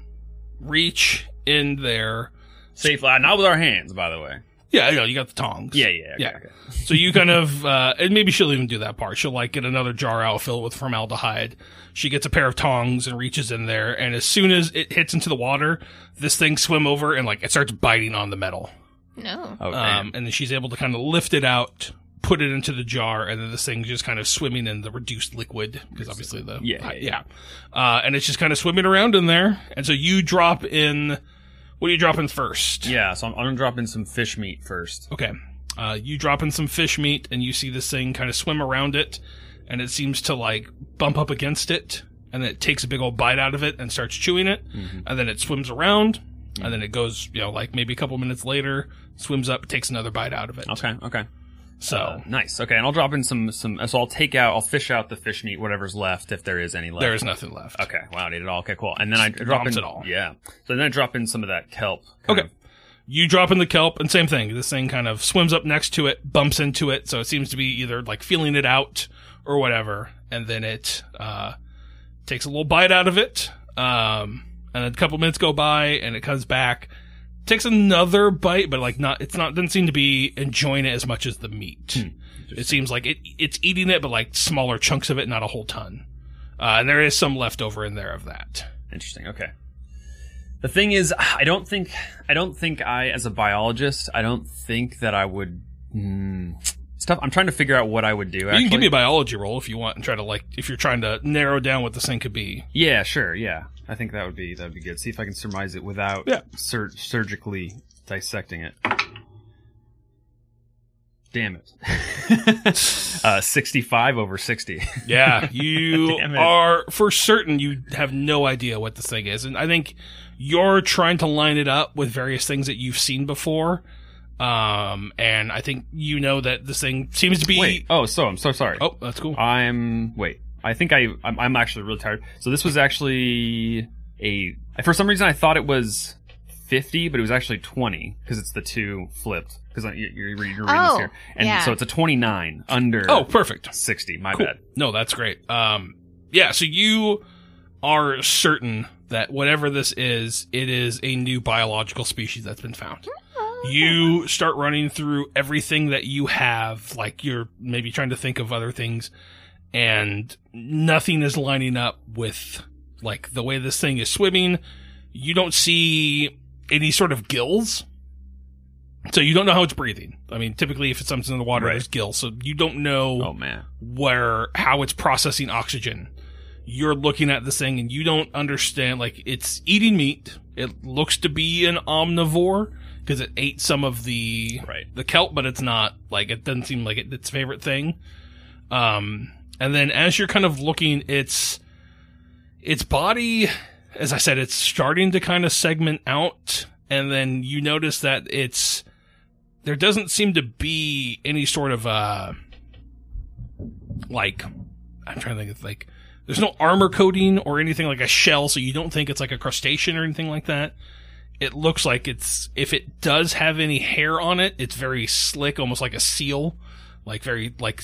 reach in there.
Safely, not with our hands, by the way.
Yeah, you know, you got the tongs.
Yeah, yeah, okay,
Yeah.
okay.
So you kind of, <laughs> uh, and maybe she'll even do that part. She'll like get another jar out, fill it with formaldehyde. She gets a pair of tongs and reaches in there. And as soon as it hits into the water, this thing swim over and like it starts biting on the metal.
No.
Oh, damn.
Um, and then she's able to kind of lift it out, put it into the jar, and then this thing's just kind of swimming in the reduced liquid because obviously the
Yeah,
uh,
yeah.
yeah, uh, and it's just kind of swimming around in there. And so you drop in. What are you dropping first?
yeah. So I'm, I'm gonna drop in some fish meat first.
Okay. Uh, you drop in some fish meat, and you see this thing kind of swim around it, and it seems to like bump up against it, and then it takes a big old bite out of it and starts chewing it,
Mm-hmm.
and then it swims around,
Mm.
and then it goes, you know, like maybe a couple minutes later, swims up, takes another bite out of it.
Okay, okay.
So.
Uh, nice. Okay, and I'll drop in some some. So I'll take out. I'll fish out the fish meat, whatever's left, if there is any left.
There is nothing left.
Okay. Wow. I Did it all. Okay. Cool. And then I drop
dumps
in
it all.
Yeah. So then I drop in some of that kelp. kind
Okay. You drop in the kelp, and same thing. This thing kind of swims up next to it, bumps into it, so it seems to be either like feeling it out or whatever, and then it uh, takes a little bite out of it. Um, and a couple minutes go by, and it comes back, takes another bite, but like not, it's not doesn't seem to be enjoying it as much as the meat. It seems like it it's eating it, but like smaller chunks of it, not a whole ton. Uh, and there is some left over in there of that.
Interesting. Okay. The thing is, I don't think I don't think I, as a biologist, I don't think that I would. Hmm, stuff. I'm trying to figure out what I would do. Actually.
You can give me a biology roll if you want and try to like if you're trying to narrow down what this thing could be.
yeah. Sure. Yeah. I think that would be that would be good. See if I can surmise it without
Yeah.
sur- surgically dissecting it. Damn it. <laughs> uh, 65 over 60. <laughs>
Yeah, you
Damn it.
are for certain you have no idea what this thing is, and I think you're trying to line it up with various things that you've seen before. Um, and I think you know that this thing seems to be.
Wait. Oh, so I'm so sorry.
Oh, that's cool.
I'm wait. I think I I'm, I'm actually really tired. So this was actually a for some reason I thought it was 50, but it was actually 20 because it's the two flipped because you're, you're reading you're reading this
Oh,
here, and
yeah.
so it's a 29 under
oh, perfect.
60. My
Cool.
bad.
No, that's great. Um, yeah, so you are certain that whatever this is, it is a new biological species that's been found. You start running through everything that you have, like you're maybe trying to think of other things, and nothing is lining up with like the way this thing is swimming. You don't see any sort of gills. So you don't know how it's breathing. I mean, typically if it's something in the water,
Right.
there's gills. So you don't know
Oh man.
where how it's processing oxygen. You're looking at this thing and you don't understand. Like it's eating meat. It looks to be an omnivore because it ate some of the
Right.
the kelp, but it's not like it doesn't seem like it, its favorite thing. Um, and then as you're kind of looking, it's its body, as I said, it's starting to kind of segment out, and then you notice that it's there doesn't seem to be any sort of uh like I'm trying to think of like there's no armor coating or anything like a shell, so you don't think it's like a crustacean or anything like that. It looks like it's if it does have any hair on it, it's very slick, almost like a seal, like very like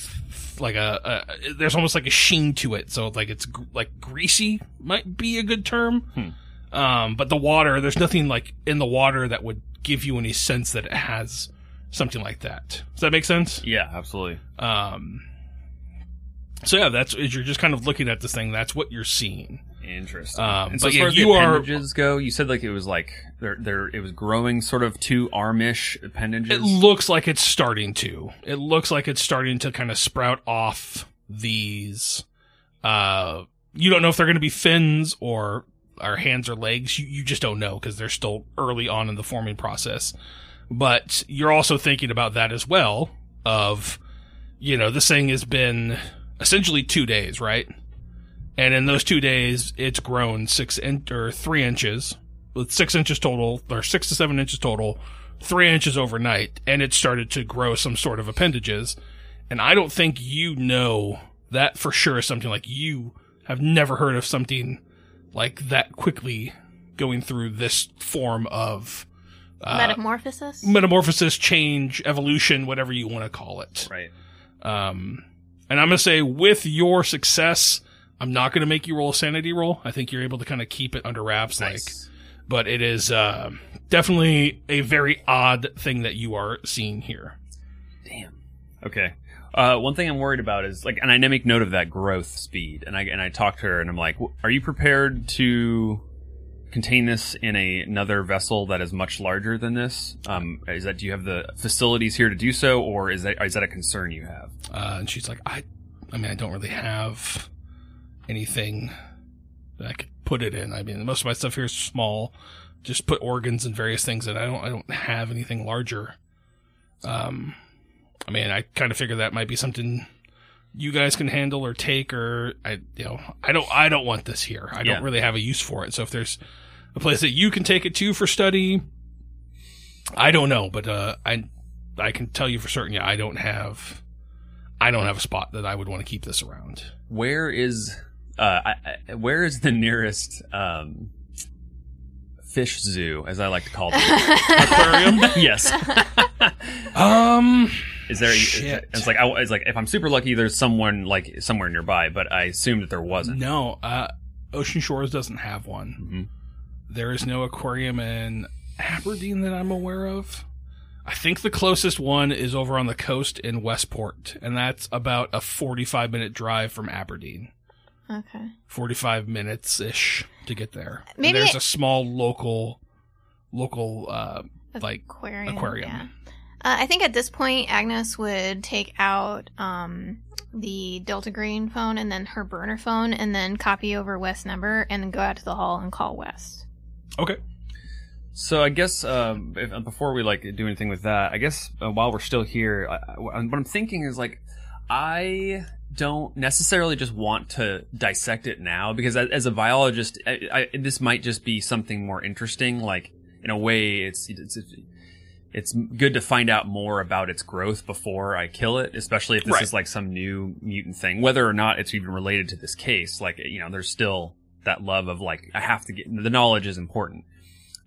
like a, a there's almost like a sheen to it. So like it's gr- like greasy might be a good term. Um, but the water, there's nothing like in the water that would give you any sense that it has something like that. Does that make sense?
Yeah, absolutely.
Um, so yeah, that's as you're just kind of looking at this thing. That's what you're seeing.
Interesting.
Um,
and so
but
as
yeah,
far as
you
the
are-
appendages go, you said like it was like there there it was growing sort of two armish appendages.
It looks like it's starting to. It looks like it's starting to kind of sprout off these. Uh, you don't know if they're going to be fins or or hands or legs. You you just don't know because they're still early on in the forming process. But you're also thinking about that as well. Of you know, this thing has been essentially two days, right? And in those two days, it's grown six in- or three inches, with six inches total, or six to seven inches total, three inches overnight, and it started to grow some sort of appendages. And I don't think you know that for sure is something like you have never heard of something like that quickly going through this form of uh, <laughs>
Metamorphosis?
metamorphosis, change, evolution, whatever you want to call it.
right.
Um, and I'm going to say with your success, I'm not going to make you roll a sanity roll. I think you're able to kind of keep it under wraps. Like, but it is, um definitely a very odd thing that you are seeing here.
Damn. Okay. Uh, one thing I'm worried about is like, and I make note of that growth speed, and I and I talked to her, and I'm like, "W- "Are you prepared to contain this in a, another vessel that is much larger than this? Um, is that do you have the facilities here to do so, or is that is that a concern you have?
Uh, and she's like, I, I mean, I don't really have anything that I could put it in. I mean, most of my stuff here is small. Just put organs and various things in. I don't, I don't have anything larger. Um, I mean, I kind of figure that might be something you guys can handle or take, or I, you know, I don't, I don't want this here. I
Yeah.
don't really have a use for it. So if there's a place that you can take it to for study, I don't know, but uh, I, I can tell you for certain, yeah, I don't have I don't have a spot that I would want to keep this around.
Where is uh, I, I- where is the nearest um, fish zoo, as I like to call them?
<laughs>
Aquarium?
<laughs> yes.
um,
Is there?
Shit.
It's like I, it's like if I'm super lucky, there's someone like somewhere nearby, but I assume that there wasn't.
no. Uh, Ocean Shores doesn't have one.
Mhm.
There is no aquarium in Aberdeen that I'm aware of. I think the closest one is over on the coast in Westport, and that's about a 45 minute drive from Aberdeen.
Okay.
45 minutes ish to get there. And
Maybe
there's
it-
a small local local uh like
aquarium.
aquarium.
yeah. Uh, I think at this point, Agnes would take out um, the Delta Green phone and then her burner phone, and then copy over West's number, and then go out to the hall and call West.
Okay.
So I guess um, if, before we like do anything with that, I guess uh, while we're still here, I, I, what I'm thinking is like I don't necessarily just want to dissect it now because as, as a biologist, I, I, this might just be something more interesting. Like in a way, it's it's. it's it's good to find out more about its growth before I kill it, especially if this
Right.
is like some new mutant thing, whether or not it's even related to this case. Like, you know, there's still that love of like, I have to get, the knowledge is important.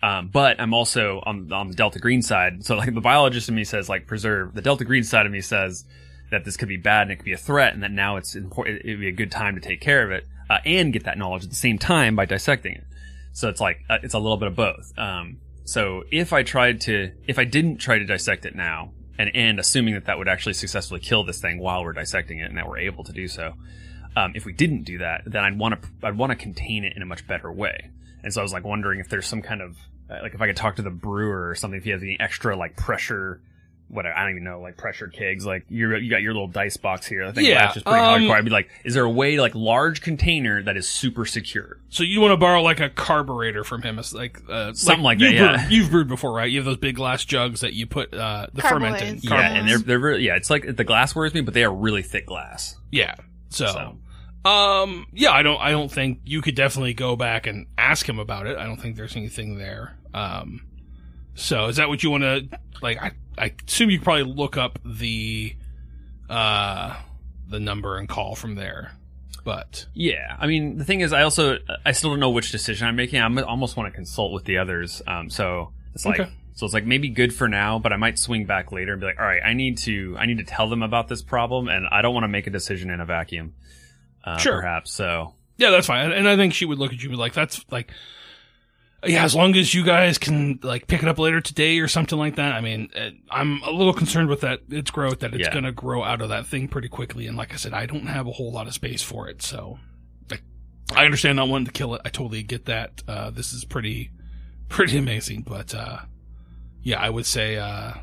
Um, but I'm also on, on the Delta Green side. So like the biologist in me says like preserve. The Delta Green side of me says that this could be bad and it could be a threat and that now it's important. It'd be a good time to take care of it uh, and get that knowledge at the same time by dissecting it. So it's like uh, it's a little bit of both. Um, so if I tried to, if I didn't try to dissect it now, and and assuming that that would actually successfully kill this thing while we're dissecting it, and that we're able to do so, um, if we didn't do that, then I'd want to I'd want to contain it in a much better way. And so I was like wondering if there's some kind of uh, like if I could talk to the brewer or something if he has any extra like pressure. What I don't even know, like pressure kegs. Like you, you got your little dice box here. I think
Yeah,
that's just pretty
um,
hardcore. I'd be like, is there a way, like large container that is super secure?
So you want to borrow like a carburetor from him, it's like uh,
Something like
you've
that, yeah.
Brewed, you've brewed before, right? You have those big glass jugs that you put uh, the ferment in.
Carboys.
Yeah,
Carbon
and
ones.
they're they're really, yeah, it's like the glass worries me, but they are really thick glass.
Yeah. So,
So
um, yeah, I don't, I don't think you could definitely go back and ask him about it. I don't think there's anything there. Um, so is that what you want to like? I, I assume you could probably look up the, uh, the number and call from there. But
yeah, I mean the thing is, I also I still don't know which decision I'm making. I am almost want to consult with the others. Um, so it's like
Okay.
so it's like maybe good for now, but I might swing back later and be like, all right, I need to I need to tell them about this problem, and I don't want to make a decision in a vacuum. Uh,
Sure.
perhaps so.
Yeah, that's fine. And I think she would look at you and be like, that's like, yeah, as long as you guys can like pick it up later today or something like that. I mean, eh, I'm a little concerned with that, its growth, that it's
Yeah.
going to grow out of that thing pretty quickly. And like I said, I don't have a whole lot of space for it. So like, I understand not wanting to kill it. I totally get that. Uh, this is pretty, pretty amazing. But, uh, yeah, I would say, uh,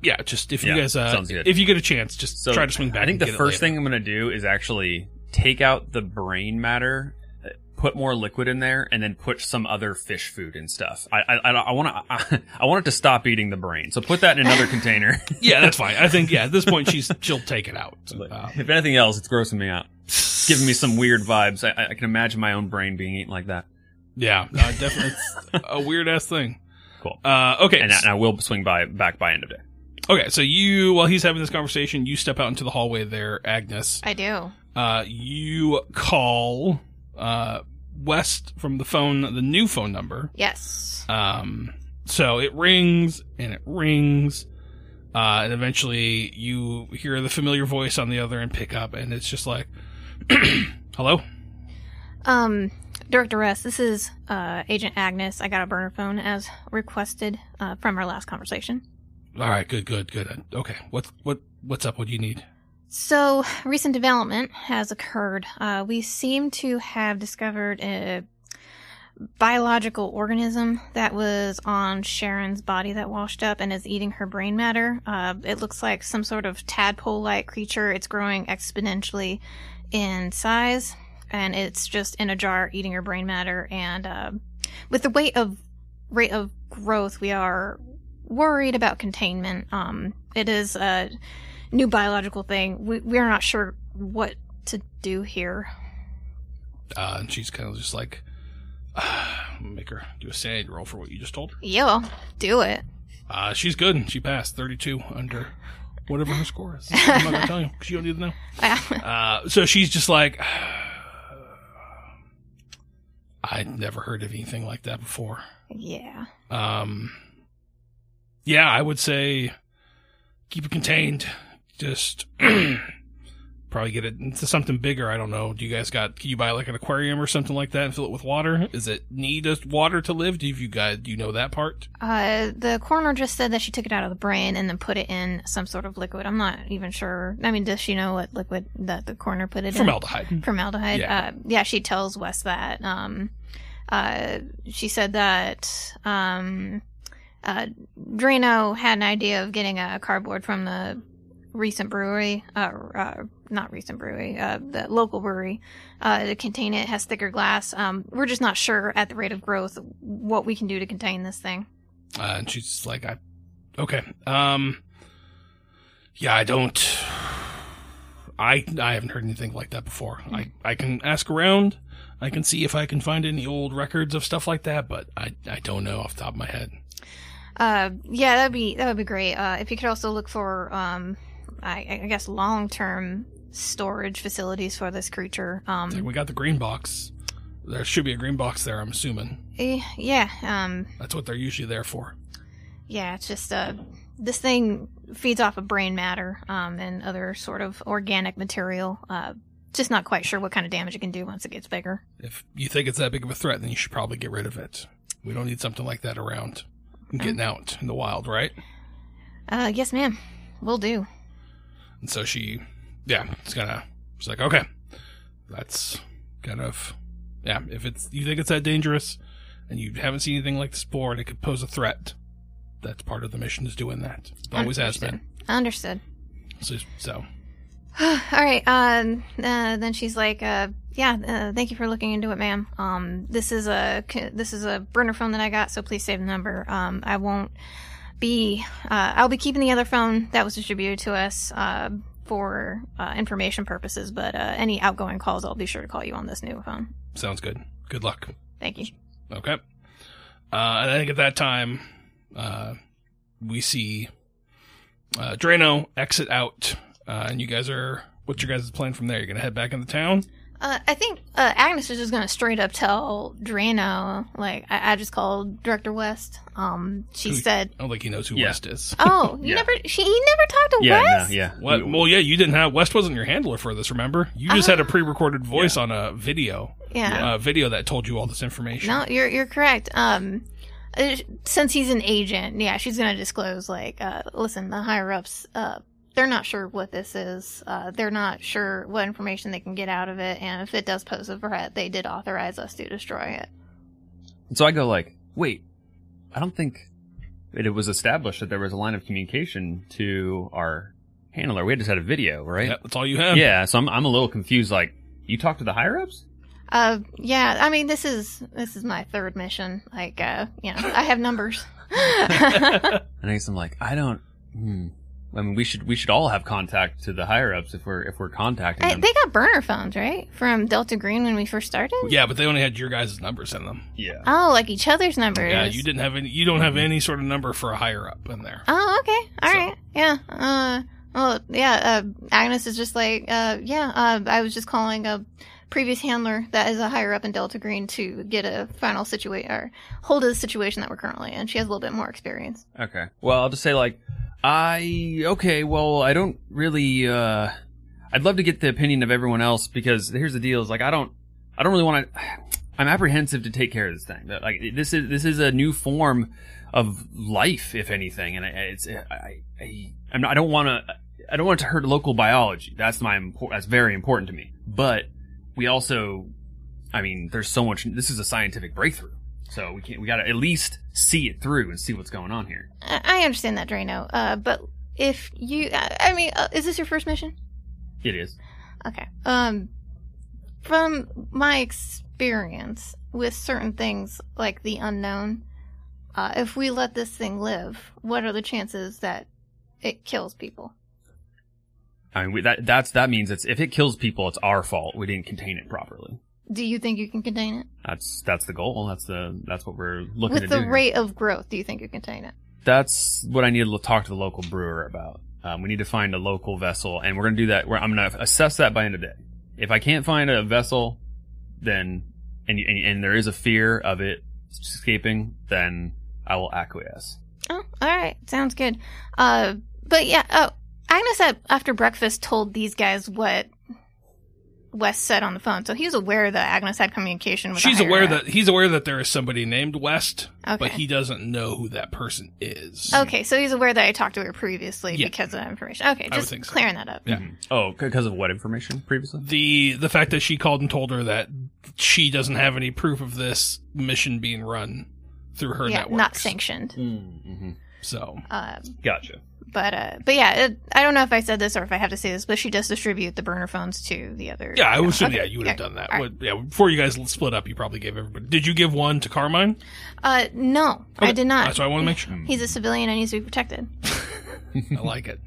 yeah, just if
Yeah,
you guys, uh,
sounds good.
if you get a chance, just
So
try to swing back.
I think
and
the
get it
first
later.
thing I'm going to do is actually take out the brain matter, uh, put more liquid in there, and then put some other fish food and stuff. I I, I want to I, <laughs> I want it to stop eating the brain, so put that in another container. <laughs>
Yeah, that's fine. I think yeah, at this point she's she'll take it out. Uh,
if anything else, it's grossing me out, It's giving me some weird vibes. I- I, I can imagine my own brain being eaten like that.
yeah, uh, definitely it's a weird ass thing.
Cool.
Uh, okay,
And I, and I will swing by back by end of day.
okay. So you, while he's having this conversation, you step out into the hallway there, Agnes.
I do.
Uh, you call uh, West from the phone, the new phone number.
Yes.
Um, so it rings and it rings. Uh, and eventually you hear the familiar voice <clears throat> on the other end pick up, and it's just like, "Hello."
Um, Director Russ, this is uh, Agent Agnes. I got a burner phone as requested uh, from our last conversation.
All right, good, good, good. Okay, what, what, what's up? What do you need?
So, recent development has occurred. Uh, we seem to have discovered a biological organism that was on Sharon's body that washed up and is eating her brain matter. Uh, it looks like some sort of tadpole like creature. It's growing exponentially in size, and it's just in a jar eating her brain matter. And uh, with the weight of rate of growth, we are worried about containment. Um, it is a new biological thing. We, we are not sure what to do here.
Uh, and she's kind of just like, <sighs> uh, make her do a sanity roll for what you just told her.
Yo, do it. <laughs>
Uh, she's good. She passed 32 under whatever her score is. I'm not going to tell you 'cause you don't need to know. Uh, so she's just like, <sighs> I never heard of anything like that before.
yeah.
Um, yeah, I would say keep it contained. Just <clears throat> probably get it into something bigger. I don't know. Do you guys got? Can you buy like an aquarium or something like that and fill it with water? Is it need us- water to live? Do you- you guys do you know that part?
Uh, the coroner just said that she took it out of the brain and then put it in some sort of liquid. I'm not even sure. I mean, does she know what liquid that the coroner put it in?
Formaldehyde. Mm-hmm.
Formaldehyde.
Yeah.
Uh, yeah, she tells Wes that. Um, uh, she said that um, uh, Drano had an idea of getting a cardboard from the recent brewery, uh, uh, not recent brewery, uh, the local brewery, uh, to contain it. it has thicker glass. Um, we're just not sure at the rate of growth what we can do to contain this thing.
Uh, and she's just like, I okay. Um, yeah, I don't. I I haven't heard anything like that before. I I can ask around. I can see if I can find any old records of stuff like that, but I I don't know off the top of my head.
Uh, yeah, that'd be that would be great. Uh, if you could also look for, um, I, I guess, long term storage facilities for this creature.
Like
Um,
we got the green box. There should be a green box there. I'm assuming
eh, yeah, um,
that's what they're usually there for.
yeah. It's just uh, this thing feeds off of brain matter um, and other sort of organic material. Uh, just not quite sure what kind of damage it can do once it gets bigger.
If you think it's that big of a threat, then you should probably get rid of it. We don't need something like that around. and Getting out in the wild, right?
Uh, yes, ma'am. Will do.
And so she, yeah, it's gonna. She's like, okay, that's kind of, yeah. If it's you think it's that dangerous, and you haven't seen anything like this before, and it could pose a threat, that's part of the mission is doing that. Always has been.
Understood.
So, so
<sighs> All right. Um, uh, then she's like, uh, "Yeah, uh, thank you for looking into it, ma'am. Um, this is a c- this is a burner phone that I got, so please save the number. Um, I won't be. Uh, I'll be keeping the other phone that was distributed to us uh, for uh, information purposes. But uh, any outgoing calls, I'll be sure to call you on this new phone.
sounds good. Good luck.
Thank you.
Okay. Uh, and I think at that time, uh, we see uh, Drano exit out, uh, and you guys are. What's your guys' plan from there? You're gonna head back into town.
Uh, I think uh, Agnes is just gonna straight up tell Drano, like I, I just called Director West. Um, she
Who-
said,
I don't think he knows who
Yeah.
West is.
"Oh, you
<laughs> Yeah.
never. She he never talked to
Yeah,
West.
no, yeah.
What?
We-
Well, yeah, you didn't have West wasn't your handler for this. Remember, you just had a
Ah.
pre-recorded voice on a video,
yeah.
a video that told you all this information.
No, you're you're correct. Um, uh, since he's an agent, yeah, she's gonna disclose. Like, uh, listen, the higher ups, uh, they're not sure what this is. Uh, they're not sure what information they can get out of it, and if it does pose a threat, they did authorize us to destroy it.
And so I go like, wait, I don't think that it was established that there was a line of communication to our handler. We had just had a video, right?
Yeah, that's all you have.
Yeah. So I'm, I'm a little confused. Like, you talked to the higher ups?
Uh, yeah, I mean, this is this is my third mission. Like, uh, you know, I have
<laughs>
numbers. <laughs>
And I guess I'm like, I don't. Hmm. I mean, we should we should all have contact to the higher ups if we're if we're contacting
I,
them.
they got burner phones, right, from Delta Green when we first started.
yeah, but they only had your guys' numbers in them.
yeah.
Oh, like each other's numbers.
Yeah, you didn't have any. You don't have any sort of number for a higher up in there.
Oh, okay. all
So-
right, Yeah. Uh, well, yeah. Uh, Agnes is just like, uh, yeah, uh, I was just calling a previous handler that is a higher up in Delta Green to get a final situation or hold of the situation that we're currently in. She has a little bit more experience.
Okay. Well, I'll just say like I okay, well, I don't really uh I'd love to get the opinion of everyone else because here's the deal is like I don't I don't really want to <sighs> I'm apprehensive to take care of this thing. That, Like this is this is a new form of life, if anything, and I, it's I I I'm not, I don't want to I don't want it to hurt local biology. That's my impor- that's very important to me. But we also, I mean, there's so much. This is a scientific breakthrough, so we can't we got to at least see it through and see what's going on here.
I I understand that, Drano. Uh, but if you, I I mean, uh, is this your first mission?
It is.
Okay. Um, from my experience with certain things like the unknown, uh, if we let this thing live, what are the chances that it kills people?
I mean, we, that that's that means it's if it kills people, it's our fault. We didn't contain it properly.
Do you think you can contain it?
That's that's the goal. That's the that's what we're looking to
with the
do. here.
rate of growth, do you think you can contain it?
That's what I need to talk to the local brewer about. Um, we need to find a local vessel, and we're gonna do that. Where I'm gonna assess that by end of day. If I can't find a vessel, then and and, and there is a fear of it escaping, then I will acquiesce.
Oh, all right. Sounds good. Uh, but yeah. Oh, Agnes at, after breakfast told these guys what Wes said on the phone, so he was aware that Agnes had communication with. the
She's aware
higher up.
that he's aware that there is somebody named West, but
Okay.
he doesn't know who that person is.
Okay, so he's aware that I talked to her previously
Yeah.
because of that information. Okay,
would
just
think so.
clearing that up.
Yeah.
Oh, because of what information previously?
The the fact that she called and told her that she doesn't have any proof of this mission being run through her
yeah,
network.
not sanctioned.
Mm-hmm.
So
Uh,
Gotcha.
but uh, but yeah, it, I don't know if I said this or if I have to say this, but she does distribute the burner phones to the other.
yeah, I would assume
Okay,
yeah you would have
yeah,
done that.
all right.
What- yeah, before you guys split up, you probably gave everybody. Did you give one to Carmine?
Uh, no, I
Okay.
did not.
That's why I want to make sure.
He's a civilian and needs to be protected.
<laughs> I like it.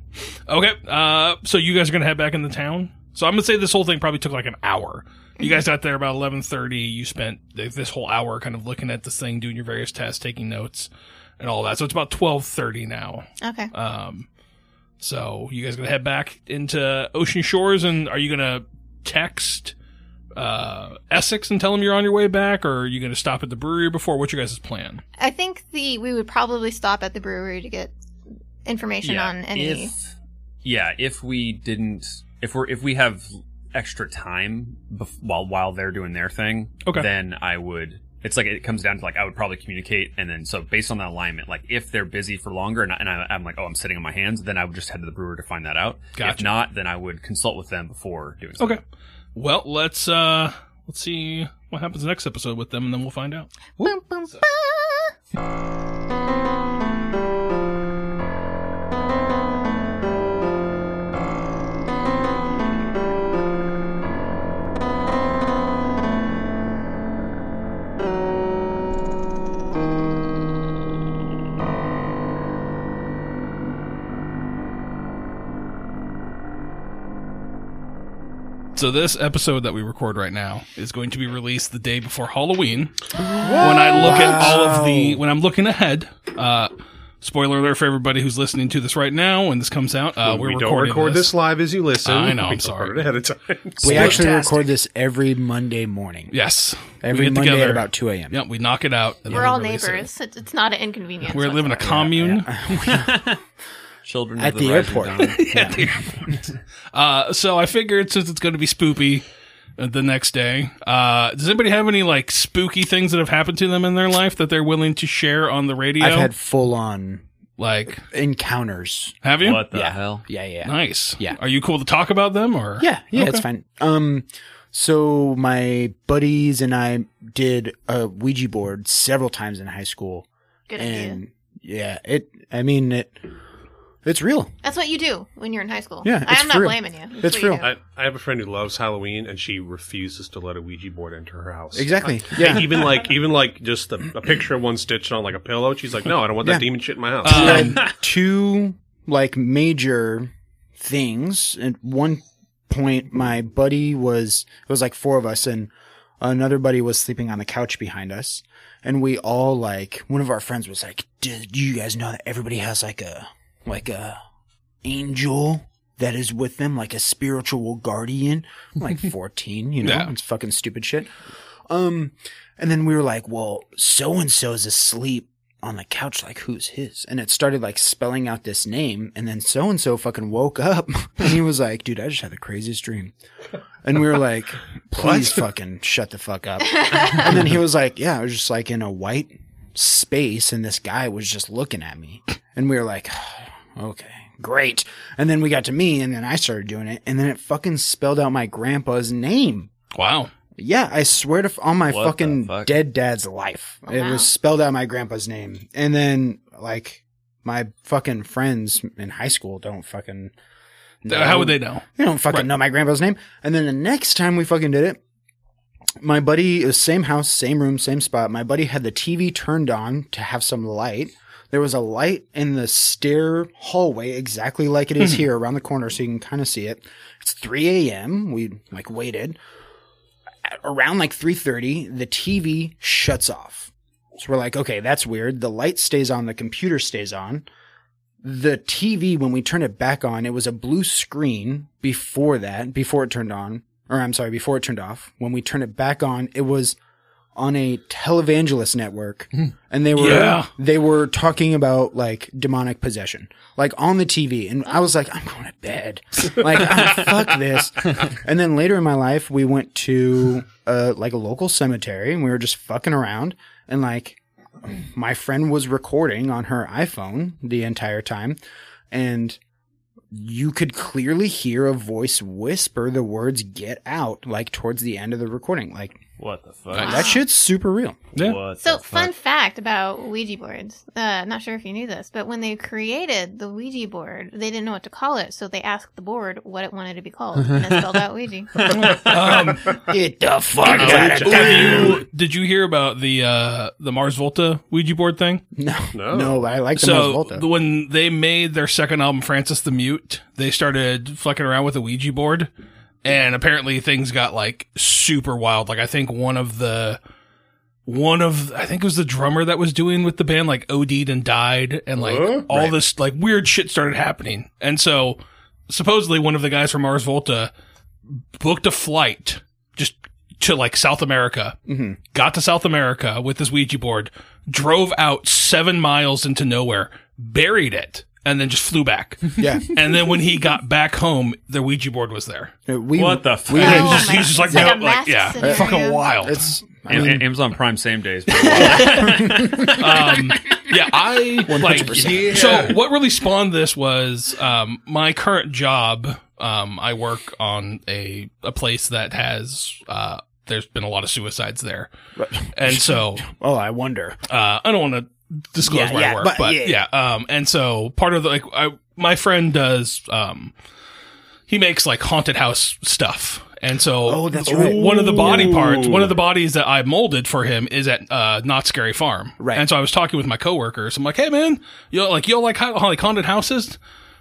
Okay, uh, so you guys are gonna head back in the town. So I'm gonna say this whole thing probably took like an hour. You guys got there about 11:30. You spent th- this whole hour kind of looking at this thing, doing your various tests, taking notes, and all that. So it's about 12:30 now.
Okay.
Um, so you guys gonna head back into Ocean Shores, and are you gonna text uh, Essex and tell him you're on your way back, or are you gonna stop at the brewery before? What's your guys' plan?
I think the we would probably stop at the brewery to get information on any.
If, yeah, if we didn't, if we're if we have extra time bef- while while they're doing their thing,
Okay.
then I would. It's like it comes down to like I would probably communicate, and then so based on that alignment, like if they're busy for longer, and, I, and I, I'm like, oh, I'm sitting on my hands, then I would just head to the brewer to find that out. If
Gotcha.
not, then I would consult with them before doing. Something.
Okay. Well, let's uh let's see what happens next episode with them and then we'll find out.
Boom, boom, boom.
So this episode that we record right now is going to be released the day before Halloween. When I look at all of the when I'm looking ahead, uh spoiler alert for everybody who's listening to this right now when this comes out, uh we're
we don't
recording
record
this.
this. live as you listen.
I know,
<laughs> We
I'm sorry.
record it ahead of time.
We actually
Split-tastic.
record this every Monday morning.
Yes. we
Every
get
Monday
together.
at about 2 a.m.
Yep, we knock it out. and
We're
then
all
we release it.
neighbors. It's, it's not an inconvenience.
We're living a
whatsoever.
commune.
Children of
At the
rising
airport. <laughs>
dawn.
Uh, so I figured since it's going to be spoopy uh, the next day, uh, does anybody have any like spooky things that have happened to them in their life that they're willing to share on the radio?
I've had full on
like,
encounters.
have you?
what the
Yeah.
hell?
Yeah, yeah.
Nice.
Yeah.
Are you cool to talk about them or?
Yeah, yeah, it's fine. Um, so my buddies and I did a Ouija board several times in high school,
Good idea.
and yeah, it. I mean, it. It's real.
That's what you do when you're in high school.
Yeah,
I
it's
am not
real.
blaming you.
It's
That's what you
real.
do.
<laughs> I, I have a friend who loves Halloween, and she refuses to let a Ouija board enter her house.
Exactly.
Yeah.
Yeah.
even like, even like, just a, a picture of one stitched on like a pillow. She's like, no, I don't want
Yeah.
that demon shit in my house.
We had two like major things. At one point, my buddy was it was like four of us, and another buddy was sleeping on the couch behind us, and we all like one of our friends was like, "Did you guys know that everybody has like a like a angel?" That is with them, like a spiritual guardian. I'm like 14, you know,
Yeah.
it's fucking stupid shit. Um, and then we were like, well, so and so's asleep on the couch, like who's his? And it started like spelling out this <laughs> name, and then so and so fucking woke up, and he was like, dude, I just had the craziest dream. And we were like, please fucking shut the fuck up. and then he was like, yeah, I was just like in a white space and this guy was just looking at me. And we were like, <sighs> okay, great. And then we got to me and then I started doing it. And then it fucking spelled out my grandpa's name.
Wow.
Yeah, I swear to f- on my
What the
fucking
fuck?
dead dad's life. It
Wow.
was spelled out my grandpa's name. And then, like, my fucking friends in high school don't fucking.
Th-
know.
How would they know?
They don't fucking
Right.
know my grandpa's name. And then the next time we fucking did it, my buddy, it was same house, same room, same spot. My buddy had the TV turned on to have some light. There was a light in the stair hallway, exactly like it is here around the corner, so you can kind of see it. It's 3 a.m. We like waited. At around like 3.30, the TV shuts off. So we're like, okay, that's weird. The light stays on, the computer stays on the TV, when we turned it back on, it was a blue screen before that, before it turned on, or I'm sorry, before it turned off. When we turned it back on, it was on a televangelist network and they were
Yeah.
they were talking about like demonic possession like on the TV and I was like I'm going to bed like "Ah, fuck this and then later in my life we went to uh like a local cemetery and we were just fucking around and like my friend was recording on her iPhone the entire time, and you could clearly hear a voice whisper the words "get out" like towards the end of the recording. Like
What the fuck?
Nice.
that shit's super real.
Yeah.
What
So,
the
fun
fuck?
fact about Ouija boards. Uh, not sure if you knew this, but when they created the Ouija board, they didn't know what to call it, so they asked the board what it wanted to be called, and it spelled
<laughs>
out Ouija.
Um, <laughs>
Get the fuck
out of
did, you, did you hear about the uh, the Mars Volta Ouija board thing?
No,
No.
no, I like the most
so
Volta.
th- when they made their second album, Francis the Mute, they started fucking around with a Ouija board, and apparently things got like super wild. Like I think one of the one of I think it was the drummer that was doing with the band like OD'd and died, and like
Huh?
all this like weird shit started happening. And so supposedly one of the guys from Mars Volta booked a flight just to like South America
Mhm.
got to South America with this Ouija board, drove out seven miles into nowhere, buried it, and then just flew back.
Yeah,
and then when he got back home, the Ouija board was there.
Uh, we
<laughs> What the
we
fuck?
were
He was
Oh
just, he
my-
was just like,
it's like
no,
a
like,
mask
yeah,
scenario.
fucking wild.
It's I
<laughs> Am-
mean,
Am- Amazon Prime same days.
<laughs>
um, <laughs> yeah, I like.
100%.
So what really spawned this was um, my current job. Um, I work on a a place that has. Uh, there's been a lot of suicides there, and so
oh, I wonder.
uh, I don't want to disclose
Yeah,
where I
yeah,
work, but,
but
yeah.
yeah.
Um, and so part of the like, I my friend does um, he makes like haunted house stuff, and so
Oh, that's
w-
right.
one of the body parts,
Ooh.
one of the bodies that I molded for him is at uh, Not Scary Farm,
Right.
And so I was talking with my coworkers. I'm like, hey man, you like you like ha- like haunted houses?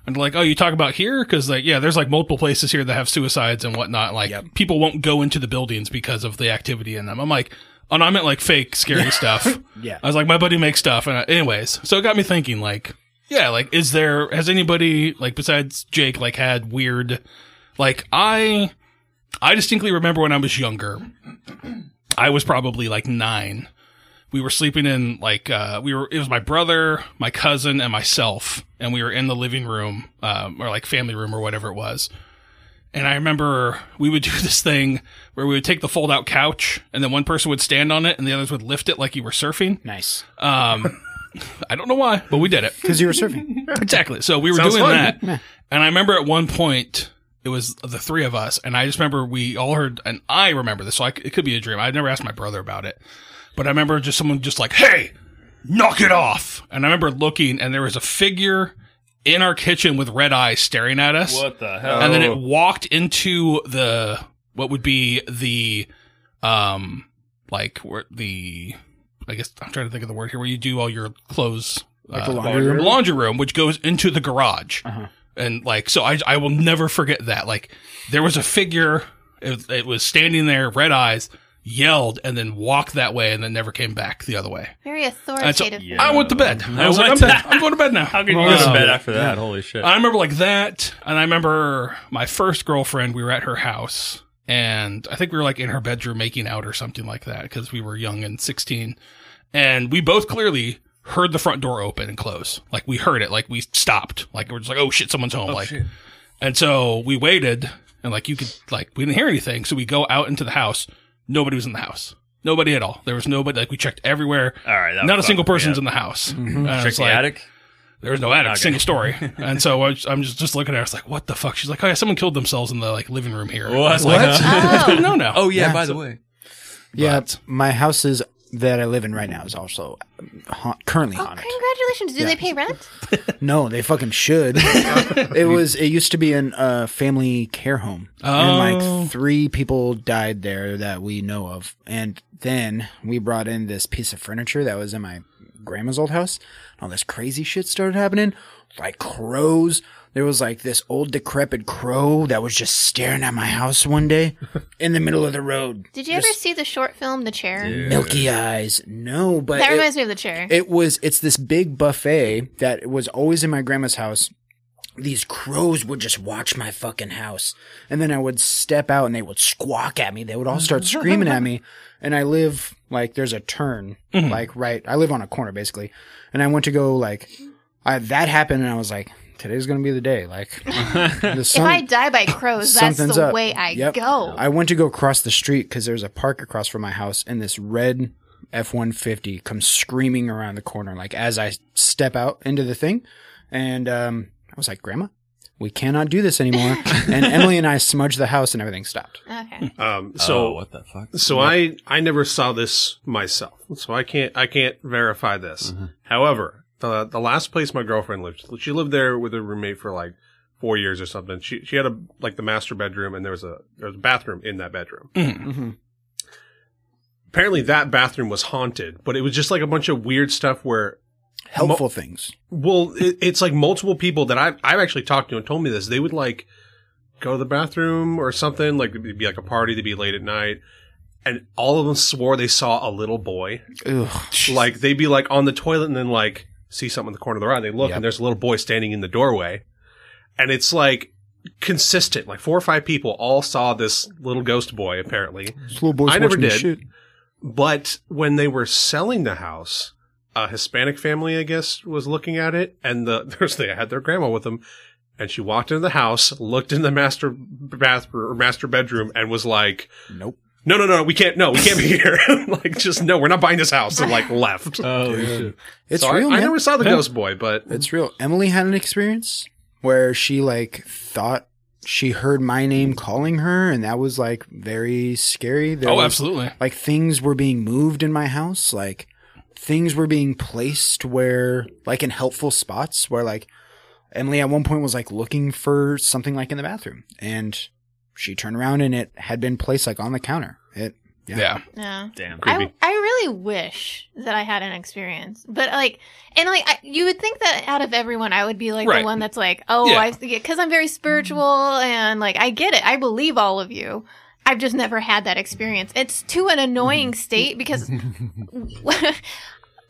And like, oh, you talk about here because like, yeah, there's like multiple places here that have suicides and whatnot. Like, people won't go into the buildings because of the activity in them. I'm like, oh, no, I meant like fake scary stuff.
<laughs> Yeah.
I was like, my buddy makes stuff, and I, anyways, so it got me thinking. Like, yeah, like, is there has anybody like besides Jake like had weird, like I, I distinctly remember when I was younger, I was probably like nine. We were sleeping in like uh, we were. It was my brother, my cousin, and myself, and we were in the living room um, or like family room or whatever it was. And I remember we would <laughs> do this thing where we would take the fold out couch and then one person would stand on it and the others would lift it like you were surfing.
Nice,
Um, <laughs> I don't know why, but we did
<laughs>
it.
because you were surfing.
Exactly. So we were
Sounds
doing
fun.
that. And I remember at one point, it was the three of us. And I just remember we all heard, and I remember this. So I c it could be a dream. I never asked my brother about it. But I remember just someone just like, hey, knock it off. And I remember looking, and there was a figure in our kitchen with red eyes staring at us
What the hell?
and then
Oh.
it walked into the what would be the um like where the I guess I'm trying to think of the word here where you do all your clothes
Like
uh,
the laundry room?
laundry room which goes into the garage
Uh-huh.
and like so I I will never forget that like there was a figure it, it was standing there red eyes yelled and then walked that way and then never came back the other way
Very
and so
authoritative.
Yeah.
I went to bed I was like I'm,
What?
done. I'm going to bed now
How could you
Um,
go to bed after that? Holy shit!
I remember like that, and I remember my first girlfriend. We were at her house, and I think we were like in her bedroom making out or something like that because we were young and sixteen, and we both clearly heard the front door open and close. Like we heard it, like we stopped, like we're just like, oh shit, someone's home, like, and so we waited, and like you could like we didn't hear anything, so we go out into the house. Nobody was in the house. Nobody at all. There was nobody. Like we checked everywhere.
All right, that
Not a
was
single
fucked me
person's
up.
in the house. And I
Check
was
the
like,
attic.
There was no attic,
Okay.
single story. And so I was, I'm just just looking at her. I was like, what the fuck? She's like, oh yeah, someone killed themselves in the like living room here.
What?
I was like,
What?
"That's
Oh.
no, no.
Oh yeah,
Yeah,
by
so-
the way,
Yeah,
But-
my house is that I live in right now is also ha- currently
Oh,
haunted.
congratulations. Do
Yeah.
they pay rent?
No, they fucking should. it was. It used to be an uh, family care home, and
Oh.
like three people died there that we know of. And then we brought in this piece of furniture that was in my grandma's old house. All this crazy shit started happening, like crows. There was like this old decrepit crow that was just staring at my house one day in the middle of the road.
Did you ever see the short film The Chair?
Milky eyes. No, but
That
it-
reminds me of The Chair.
it was it's this big buffet that was always in my grandma's house. These crows would just watch my fucking house. And then I would step out and they would squawk at me. They would all
<laughs>
start screaming at me. And I live like there's a turn, like right. I live on a corner basically. And I went to go like I, that happened and I was like, today's going to be the day. Like the
if
sun,
I die by crows, that's
something's
the
up.
way I
Yep.
go.
I went to go across the street because there's a park across from my house, and this red F one fifty comes screaming around the corner. Like as I step out into the thing, and um, I was like, "Grandma, we cannot do this anymore." and Emily and I smudged the house, and everything stopped.
okay.
Um, so
Oh, what the fuck?
So I I never saw this myself, so I can't I can't verify this. However, the the last place my girlfriend lived, she lived there with her roommate for like four years or something. She she had a like the master bedroom, and there was a there was a bathroom in that bedroom. Apparently, that bathroom was haunted, but it was just like a bunch of weird stuff where
Helpful things.
well, it, it's like multiple people that I've, I've actually talked to and told me this. They would like go to the bathroom or something, like it'd be like a party, they'd be late at night. And all of them swore they saw a little boy.
Ugh.
Like they'd be like on the toilet and then like see something in the corner of their eye. They look and there's a little boy standing in the doorway. And it's like consistent, like four or five people all saw this little ghost boy apparently.
Little boys
I never
watching the
did.
shit.
But when they were selling the house, a Hispanic family, I guess, was looking at it, and the <laughs> there's they had their grandma with them, and she walked into the house, looked in the master bathroom or master bedroom, and was like,
Nope.
"No, no, no, we can't, no, we can't be here." <laughs> like, just no, we're not buying this house, and like left.
Oh shit!
It's
So I-
real,
I,
man.
never saw the ghost boy, but
It's real. Emily had an experience where she like thought she heard my name calling her, and that was like very scary. There
oh,
was-
absolutely.
Like things were being moved in my house. Like things were being placed where, like in helpful spots, where like Emily at one point was like looking for something like in the bathroom, and she turned around and it had been placed like on the counter. It
Yeah.
Yeah.
Damn.
I, I really wish that I had an experience, but like, and like, I, you would think that out of everyone, I would be like
Right.
the one that's like, oh,
Yeah.
I, because I'm very spiritual and like, I get it. I believe all of you. I've just never had that experience. It's to an annoying state
<laughs>
because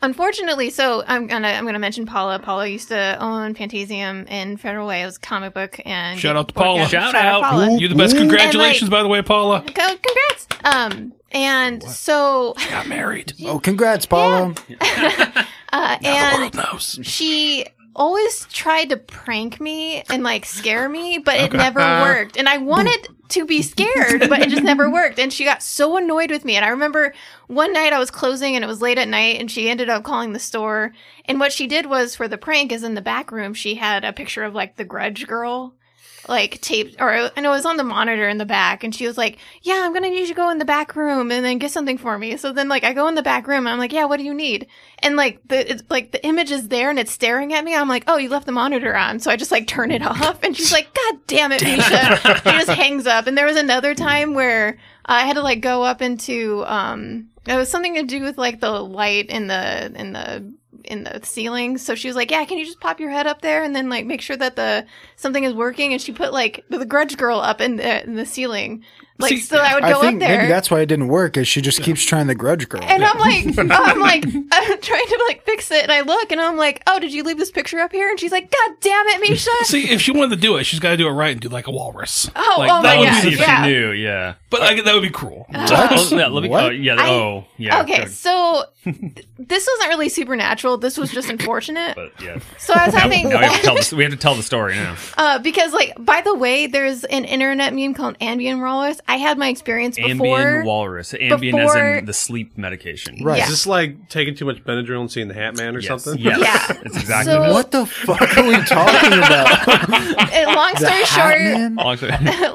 unfortunately so i'm gonna i'm gonna mention paula paula used to own Pantasium in federal way it was a comic book and
Shout out to Paula.
Shout out.
paula.
You're the best. Congratulations,
And,
by the way, Paula.
Co- congrats um and so
Got married.
oh, congrats, Paula!
uh
the
and
world knows.
she always tried to prank me and like scare me, but it never
Uh,
worked. And I wanted to be scared, but it
<laughs>
just never worked. And she got so annoyed with me. And I remember one night I was closing and it was late at night and she ended up calling the store. And what she did was for the prank is in the back room, she had a picture of like the grudge girl. Like taped, or and it was on the monitor in the back, and she was like, "Yeah, I'm gonna need you to go in the back room and then get something for me." So then, like, I go in the back room, and I'm like, "Yeah, what do you need?" and like the it's like the image is there and it's staring at me. I'm like, oh, you left the monitor on, so I just like turn it <laughs> off. And she's like, God damn it, Misha! she just hangs up. And there was another time where I had to like go up into um, it was something to do with like the light in the in the in the ceiling. So she was like, yeah, can you just pop your head up there and then like make sure that the something is working? And she put like the Grudge Girl up in the in the ceiling. Like,
See,
so I would go
I think
up there.
maybe that's why it didn't work. Is she just keeps trying the grudge girl?
and I'm like, I'm like, <laughs> I'm trying to like fix it, and I look, and I'm like, oh, did you leave this picture up here? And she's like, God damn it, Misha!
<laughs> See, if she wanted to do it, she's got to do it right and do like a walrus.
Oh,
like,
oh
that
my
would
gosh,
be
see if
the-
yeah.
you knew, yeah.
But like, that would be cruel.
Oh, yeah, let me,
What?
oh, yeah,
I-
oh, yeah.
okay,
good,
so <laughs> th- this wasn't really supernatural. This was just unfortunate.
But, yeah.
So I was
Now,
having,
now
<laughs>
we, have to tell the, we have to tell the story now.
uh, because like, by the way, there's an internet meme called Ambien Walrus. I had my experience before.
Ambien walrus. Ambien as
before-
in the sleep medication.
Right.
Yeah.
Is this like taking too much Benadryl and seeing the Hat Man or
Yes.
something?
Yes.
Yeah.
It's exactly
So-
what the fuck are we
<laughs>
talking about?
Uh, long
The
story
Hat
short,
Man?
that.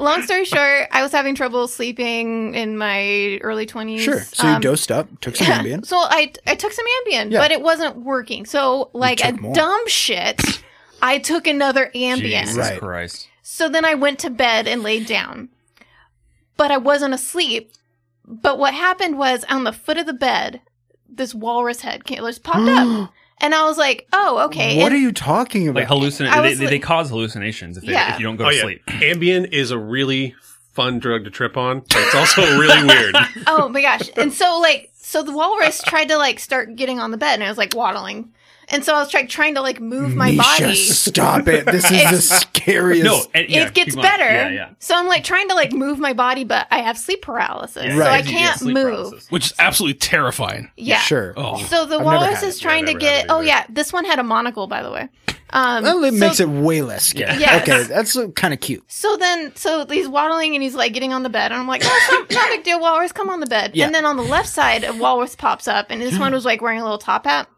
<laughs> long story short, I was having trouble sleeping in my early 20s.
Sure. So you
Um,
dosed up, took
<laughs>
some Ambien.
So I, I took some Ambien,
Yeah.
but it wasn't working. So, like a
took more.
dumb shit, I took another Ambien.
Jesus
Right.
Christ.
So then I went to bed and laid down. But I wasn't asleep. But what happened was on the foot of the bed, this walrus head came, just popped
<gasps>
up. And I was like, oh, okay.
What
And-
are you talking about?
Like hallucin-
I
they,
was
they, they
like-
cause hallucinations if, they,
Yeah.
if you don't
<laughs>
go
Oh
to
yeah.
sleep.
Ambien is a really fun drug to trip on. but It's also really weird.
<laughs>
oh my gosh. And so like so the walrus tried to like start getting on the bed and I was like waddling. And so I was like trying to like move my
Misha,
body.
stop it. This
<laughs>
is the scariest.
No, and- yeah,
it gets
keep going.
better.
Yeah, yeah.
So I'm like trying to like move my body, but I have sleep paralysis.
Yeah,
So I
Right.
you get
can't
sleep
move.
paralysis.
Which is absolutely terrifying.
Yeah.
Sure.
Oh,
So the
I've never
walrus
had
is
it.
trying
Yeah,
to
I've never had
get.
it
Oh
either.
yeah, this one had a monocle, by the way. Um,
Well, it
so,
makes it way less scary.
Yes.
Okay, that's kind of cute.
So then, so he's waddling and he's like getting on the bed, and I'm like, no, it's not, not a big deal, walrus, come on the bed.
Yeah.
And then on the left side, a walrus pops up, and this one was like wearing a little top hat,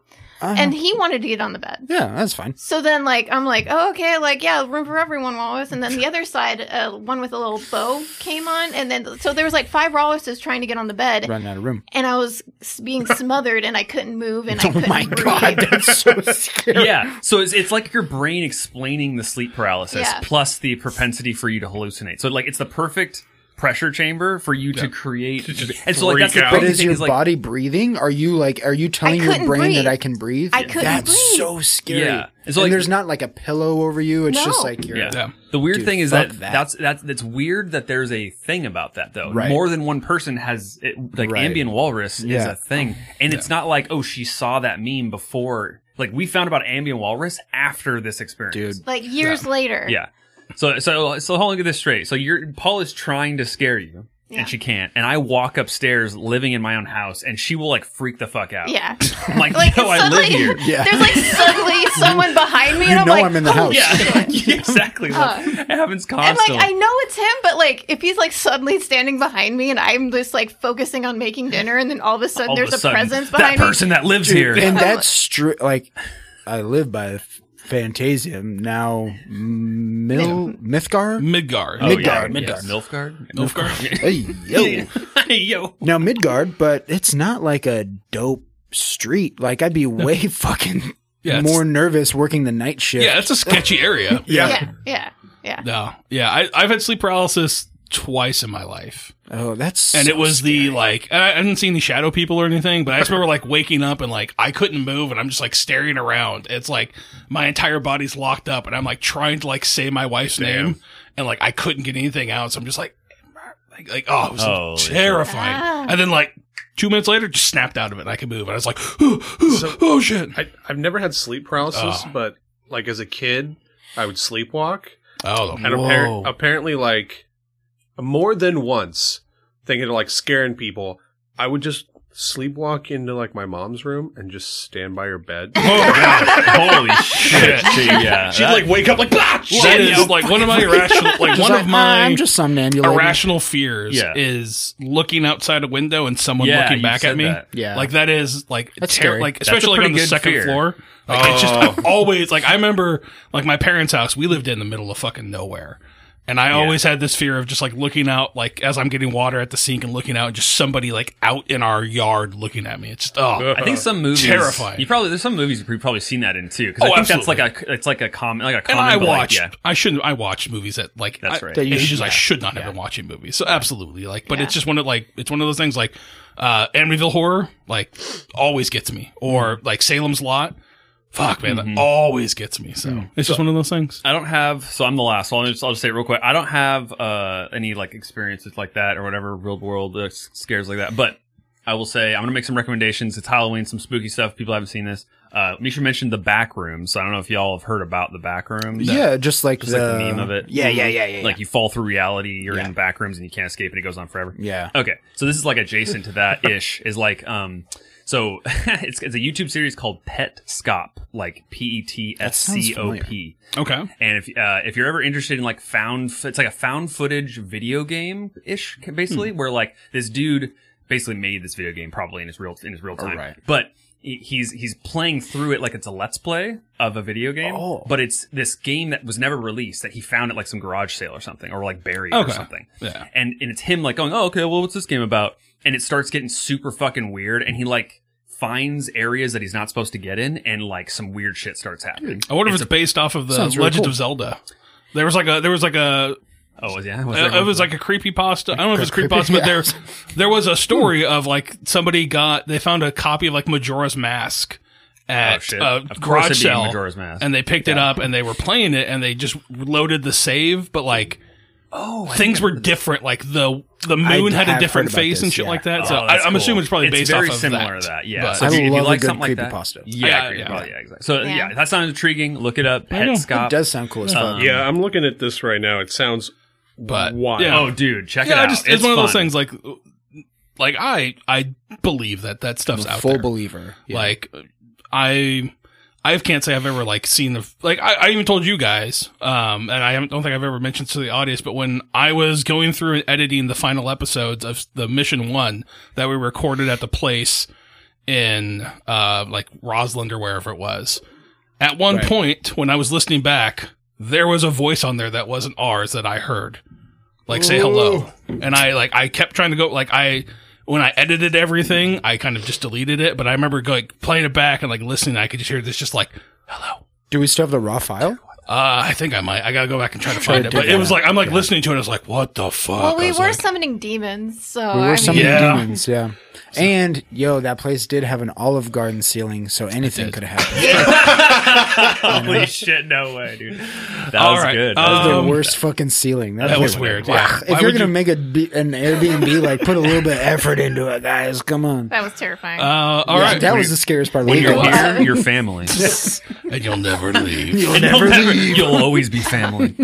Uh-huh.
and he wanted to get on the bed.
Yeah, that's fine.
So then, like, I'm like, oh, okay, like, yeah, room for everyone, Wallace. And then the other side, uh, one with a little bow came on. And then, so there was like five Wallaces trying to get on the bed.
Running out of room.
And I was s- being smothered and I couldn't move and I
Oh
couldn't
my
breathe.
god, that's
<laughs>
so scary.
yeah. So it's, it's like your brain explaining the sleep paralysis
Yeah.
plus the propensity for you to hallucinate. So like it's the perfect pressure chamber for you to create.
just
and so like that's
freak
the
out.
But
crazy
is
thing
your
is like
body breathing? Are you like are you telling your
couldn't
brain
breathe.
that I can breathe?
I couldn't
that's
breathe.
so scary.
Yeah.
And,
It's like-
there's not like a pillow over you. It's just
No.
like you're
Yeah.
Yeah.
The weird
Dude,
thing is
fuck
that,
that.
that's that's that's weird that there's a thing about that though.
Right.
More than one person has it, like
Right.
ambient walrus is
Yeah.
a thing, and it's not like oh she saw that meme before. Like we found about ambient walrus after this experience,
dude.
Like, years later.
Yeah. So so so hold on, get this straight. So you're Paul is trying to scare you,
Yeah.
and she can't. And I walk upstairs, living in my own house, and she will like freak the fuck out.
Yeah.
I'm like,
<laughs> Like,
<laughs> no, I live
suddenly, <laughs>
here.
Yeah.
there's
<laughs>
like suddenly someone behind me.
You
and I'm
know
like,
I'm in the
"Oh,
house."
Yeah, exactly.
Uh,
it happens
And
constantly.
like I know it's him, but like if he's like suddenly standing behind me and I'm just like focusing on making dinner, and then all of a sudden
All of
there's
a
a,
sudden,
presence
that
behind me.
person that lives
<laughs>
here.
And that's stri- like I live by F- Fantasia now Mil Mythgar?
Midgard.
Oh,
Midgard, Midgard.
Milfgard. <laughs>
Midgard.
Hey yo.
Yo.
Now Midgard, but it's not like a dope street. Like I'd be way <laughs> fucking
Yeah, it's-
more nervous working the night
<laughs>
shift.
Yeah, that's a sketchy
<laughs>
area.
Yeah, yeah, yeah.
No. Yeah, I, I've had sleep paralysis twice in my life.
Oh, that's
and it was the like and I, I didn't see any shadow people or anything, but I just remember like waking up and like I couldn't move, and I'm just like staring around. It's like my entire body's locked up, and I'm like trying to like say my wife's name, and like I couldn't get anything out, so I'm just like, like, like, oh, it was
Holy shit.
terrifying.
Ah.
And then like two minutes later, just snapped out of it, and I could move, and I was like, <gasps> oh, oh, oh, shit.
I, I've never had sleep paralysis,
Oh.
but like as a kid, I would sleepwalk,
Oh, the-
and appar-
Whoa.
apparently, like more than once, thinking of like scaring people, I would just sleepwalk into like my mom's room and just stand by her bed.
Oh,
<laughs>
Holy shit. Dude, yeah.
<laughs>
She'd like wake up like ah, shit.
that is like one of my irrational, like
<laughs>
<laughs>
Just
one
like,
of
"Ah,
my
I'm just somnambulating.
irrational fears
Yeah.
is looking outside a window and someone
Yeah,
looking
you
back
said
at me.
that.
Yeah.
like that is like
That's
ter-
scary.
like
a
especially like on
pretty
the
good
second
fear.
floor. Like I just
Oh.
I've <laughs> always like I remember like my parents' house. We lived in the middle of fucking nowhere. And I always had this fear of just like looking out, like as I'm getting water at the sink and looking out, and just somebody like out in our yard looking at me. It's just oh,
I think some movies.
Terrifying.
You probably there's some movies you've probably seen that in too. Because
Oh,
I think
absolutely.
that's like a it's like a common like a
and
common.
I
but, like,
watched.
yeah.
I shouldn't. I watch movies that like
That's
I-
right.
That you
it's
should-
just I
yeah.
should not have been watching movies. So absolutely, like, but it's just one of like it's one of those things like
Mm-hmm.
uh Amityville horror like always gets me, or like Salem's Lot. Fuck, man, that always gets me. So
Mm.
it's just one of those things.
I don't have, so I'm the last. So I'll just, I'll just say it real quick. I don't have uh, any like experiences like that or whatever real world uh, s- scares like that. But I will say I'm gonna make some recommendations. It's Halloween, some spooky stuff. People haven't seen this. Uh, Misha mentioned the back room, so I don't know if y'all have heard about the back room.
yeah, just like
just
the,
like the meme of it.
Yeah, yeah, yeah, yeah.
Like you fall through reality, you're
Yeah.
in back rooms and you can't escape, and it goes on forever.
yeah.
Okay, so this is like adjacent
<laughs>
to that ish. Is like um, so <laughs> it's it's a YouTube series called Pet Scop, like P E T S C O
That sounds
P.
Okay.
And if uh, if you're ever interested in like found, f- it's like a found footage video game ish, basically, where like this dude basically made this video game probably in his real in his real time,
right.
but. he- He's he's playing through it like it's a let's play of a video game,
Oh.
but it's this game that was never released that he found at like some garage sale or something, or like buried or
Okay.
something.
Yeah.
And and it's him like going, oh okay, well what's this game about? And it starts getting super fucking weird, and he like finds areas that he's not supposed to get in, and like some weird shit starts happening.
I wonder if it's based off of the
Sounds really
Legend
cool.
of Zelda. There was like a there was like a
Oh yeah, was
Uh,
there-
it was like a creepy pasta. I don't know if it's creepy
Creepy-
pasta, but
yeah.
there <laughs> there was a story of like somebody got they found a copy of like Majora's Mask
Oh,
at
shit.
a
Of course it'd
garage
be
sale,
Majora's Mask.
and they picked it up and they were playing it and they just loaded the save, but like. Oh, things were different. Like the the moon had a
have
different
heard about
face and
this,
shit
yeah.
like that.
Oh,
so I,
that's
I'm
cool.
assuming it's probably based
very
off of
similar
that.
to that. Yeah,
But-
so if
I
you, if you
love a
like
good
something like that,
creepypasta.
yeah,
Yeah,
creepy-
yeah.
well, Oh, yeah, exactly. So yeah.
Yeah.
that sounds intriguing. Look it up. Pet
know. It
Scop.
It does sound cool as fuck.
Um,
yeah, I'm looking at this right now. It sounds
But
wild.
yeah,
Oh, dude, check it
yeah, I
out.
just it's, one of those
fun.
things like like I I believe that that
I'm
stuff's
a
out
full
there.
believer. Yeah.
Like I I can't say I've ever like seen the like I, I even told you guys um and I haven't- don't think I've ever mentioned to the audience but when I was going through and editing the final episodes of the mission 1 that we recorded at the place in uh like Rosland or wherever it was at one
Right.
point when I was listening back there was a voice on there that wasn't ours that I heard like say hello and I like I kept trying to go like I when I edited everything, I kind of just deleted it, but I remember going playing it back and like listening. I could just hear this, just like hello.
Do we still have the raw file?
Uh, I think I might. I gotta go back and try to
Try
find
to
it.
dig
But
it
it was
out.
like I'm like listening to it. I was like, what the fuck?
Well,
I
we
was
were
like,
summoning demons, so
We
I
were some
mean,
Yeah.
demons, yeah. And yo, that place did have an Olive Garden ceiling, so anything could have happened.
<laughs>
<laughs> Holy shit! No way, dude. That
All
was
right,
good.
uh,
That was
Um,
the worst fucking ceiling.
that
place
was
was-
weird. Yeah.
If
Why
you're
would
gonna
you-
make a B- an Airbnb, like put a little bit of effort into it, guys. Come on.
that was terrifying.
Uh, all
Yeah,
right.
that was the scariest part of the
when you're
whole thing.
<laughs> here, you're family.
<laughs>
and you'll never leave.
You'll never. You'll always be family.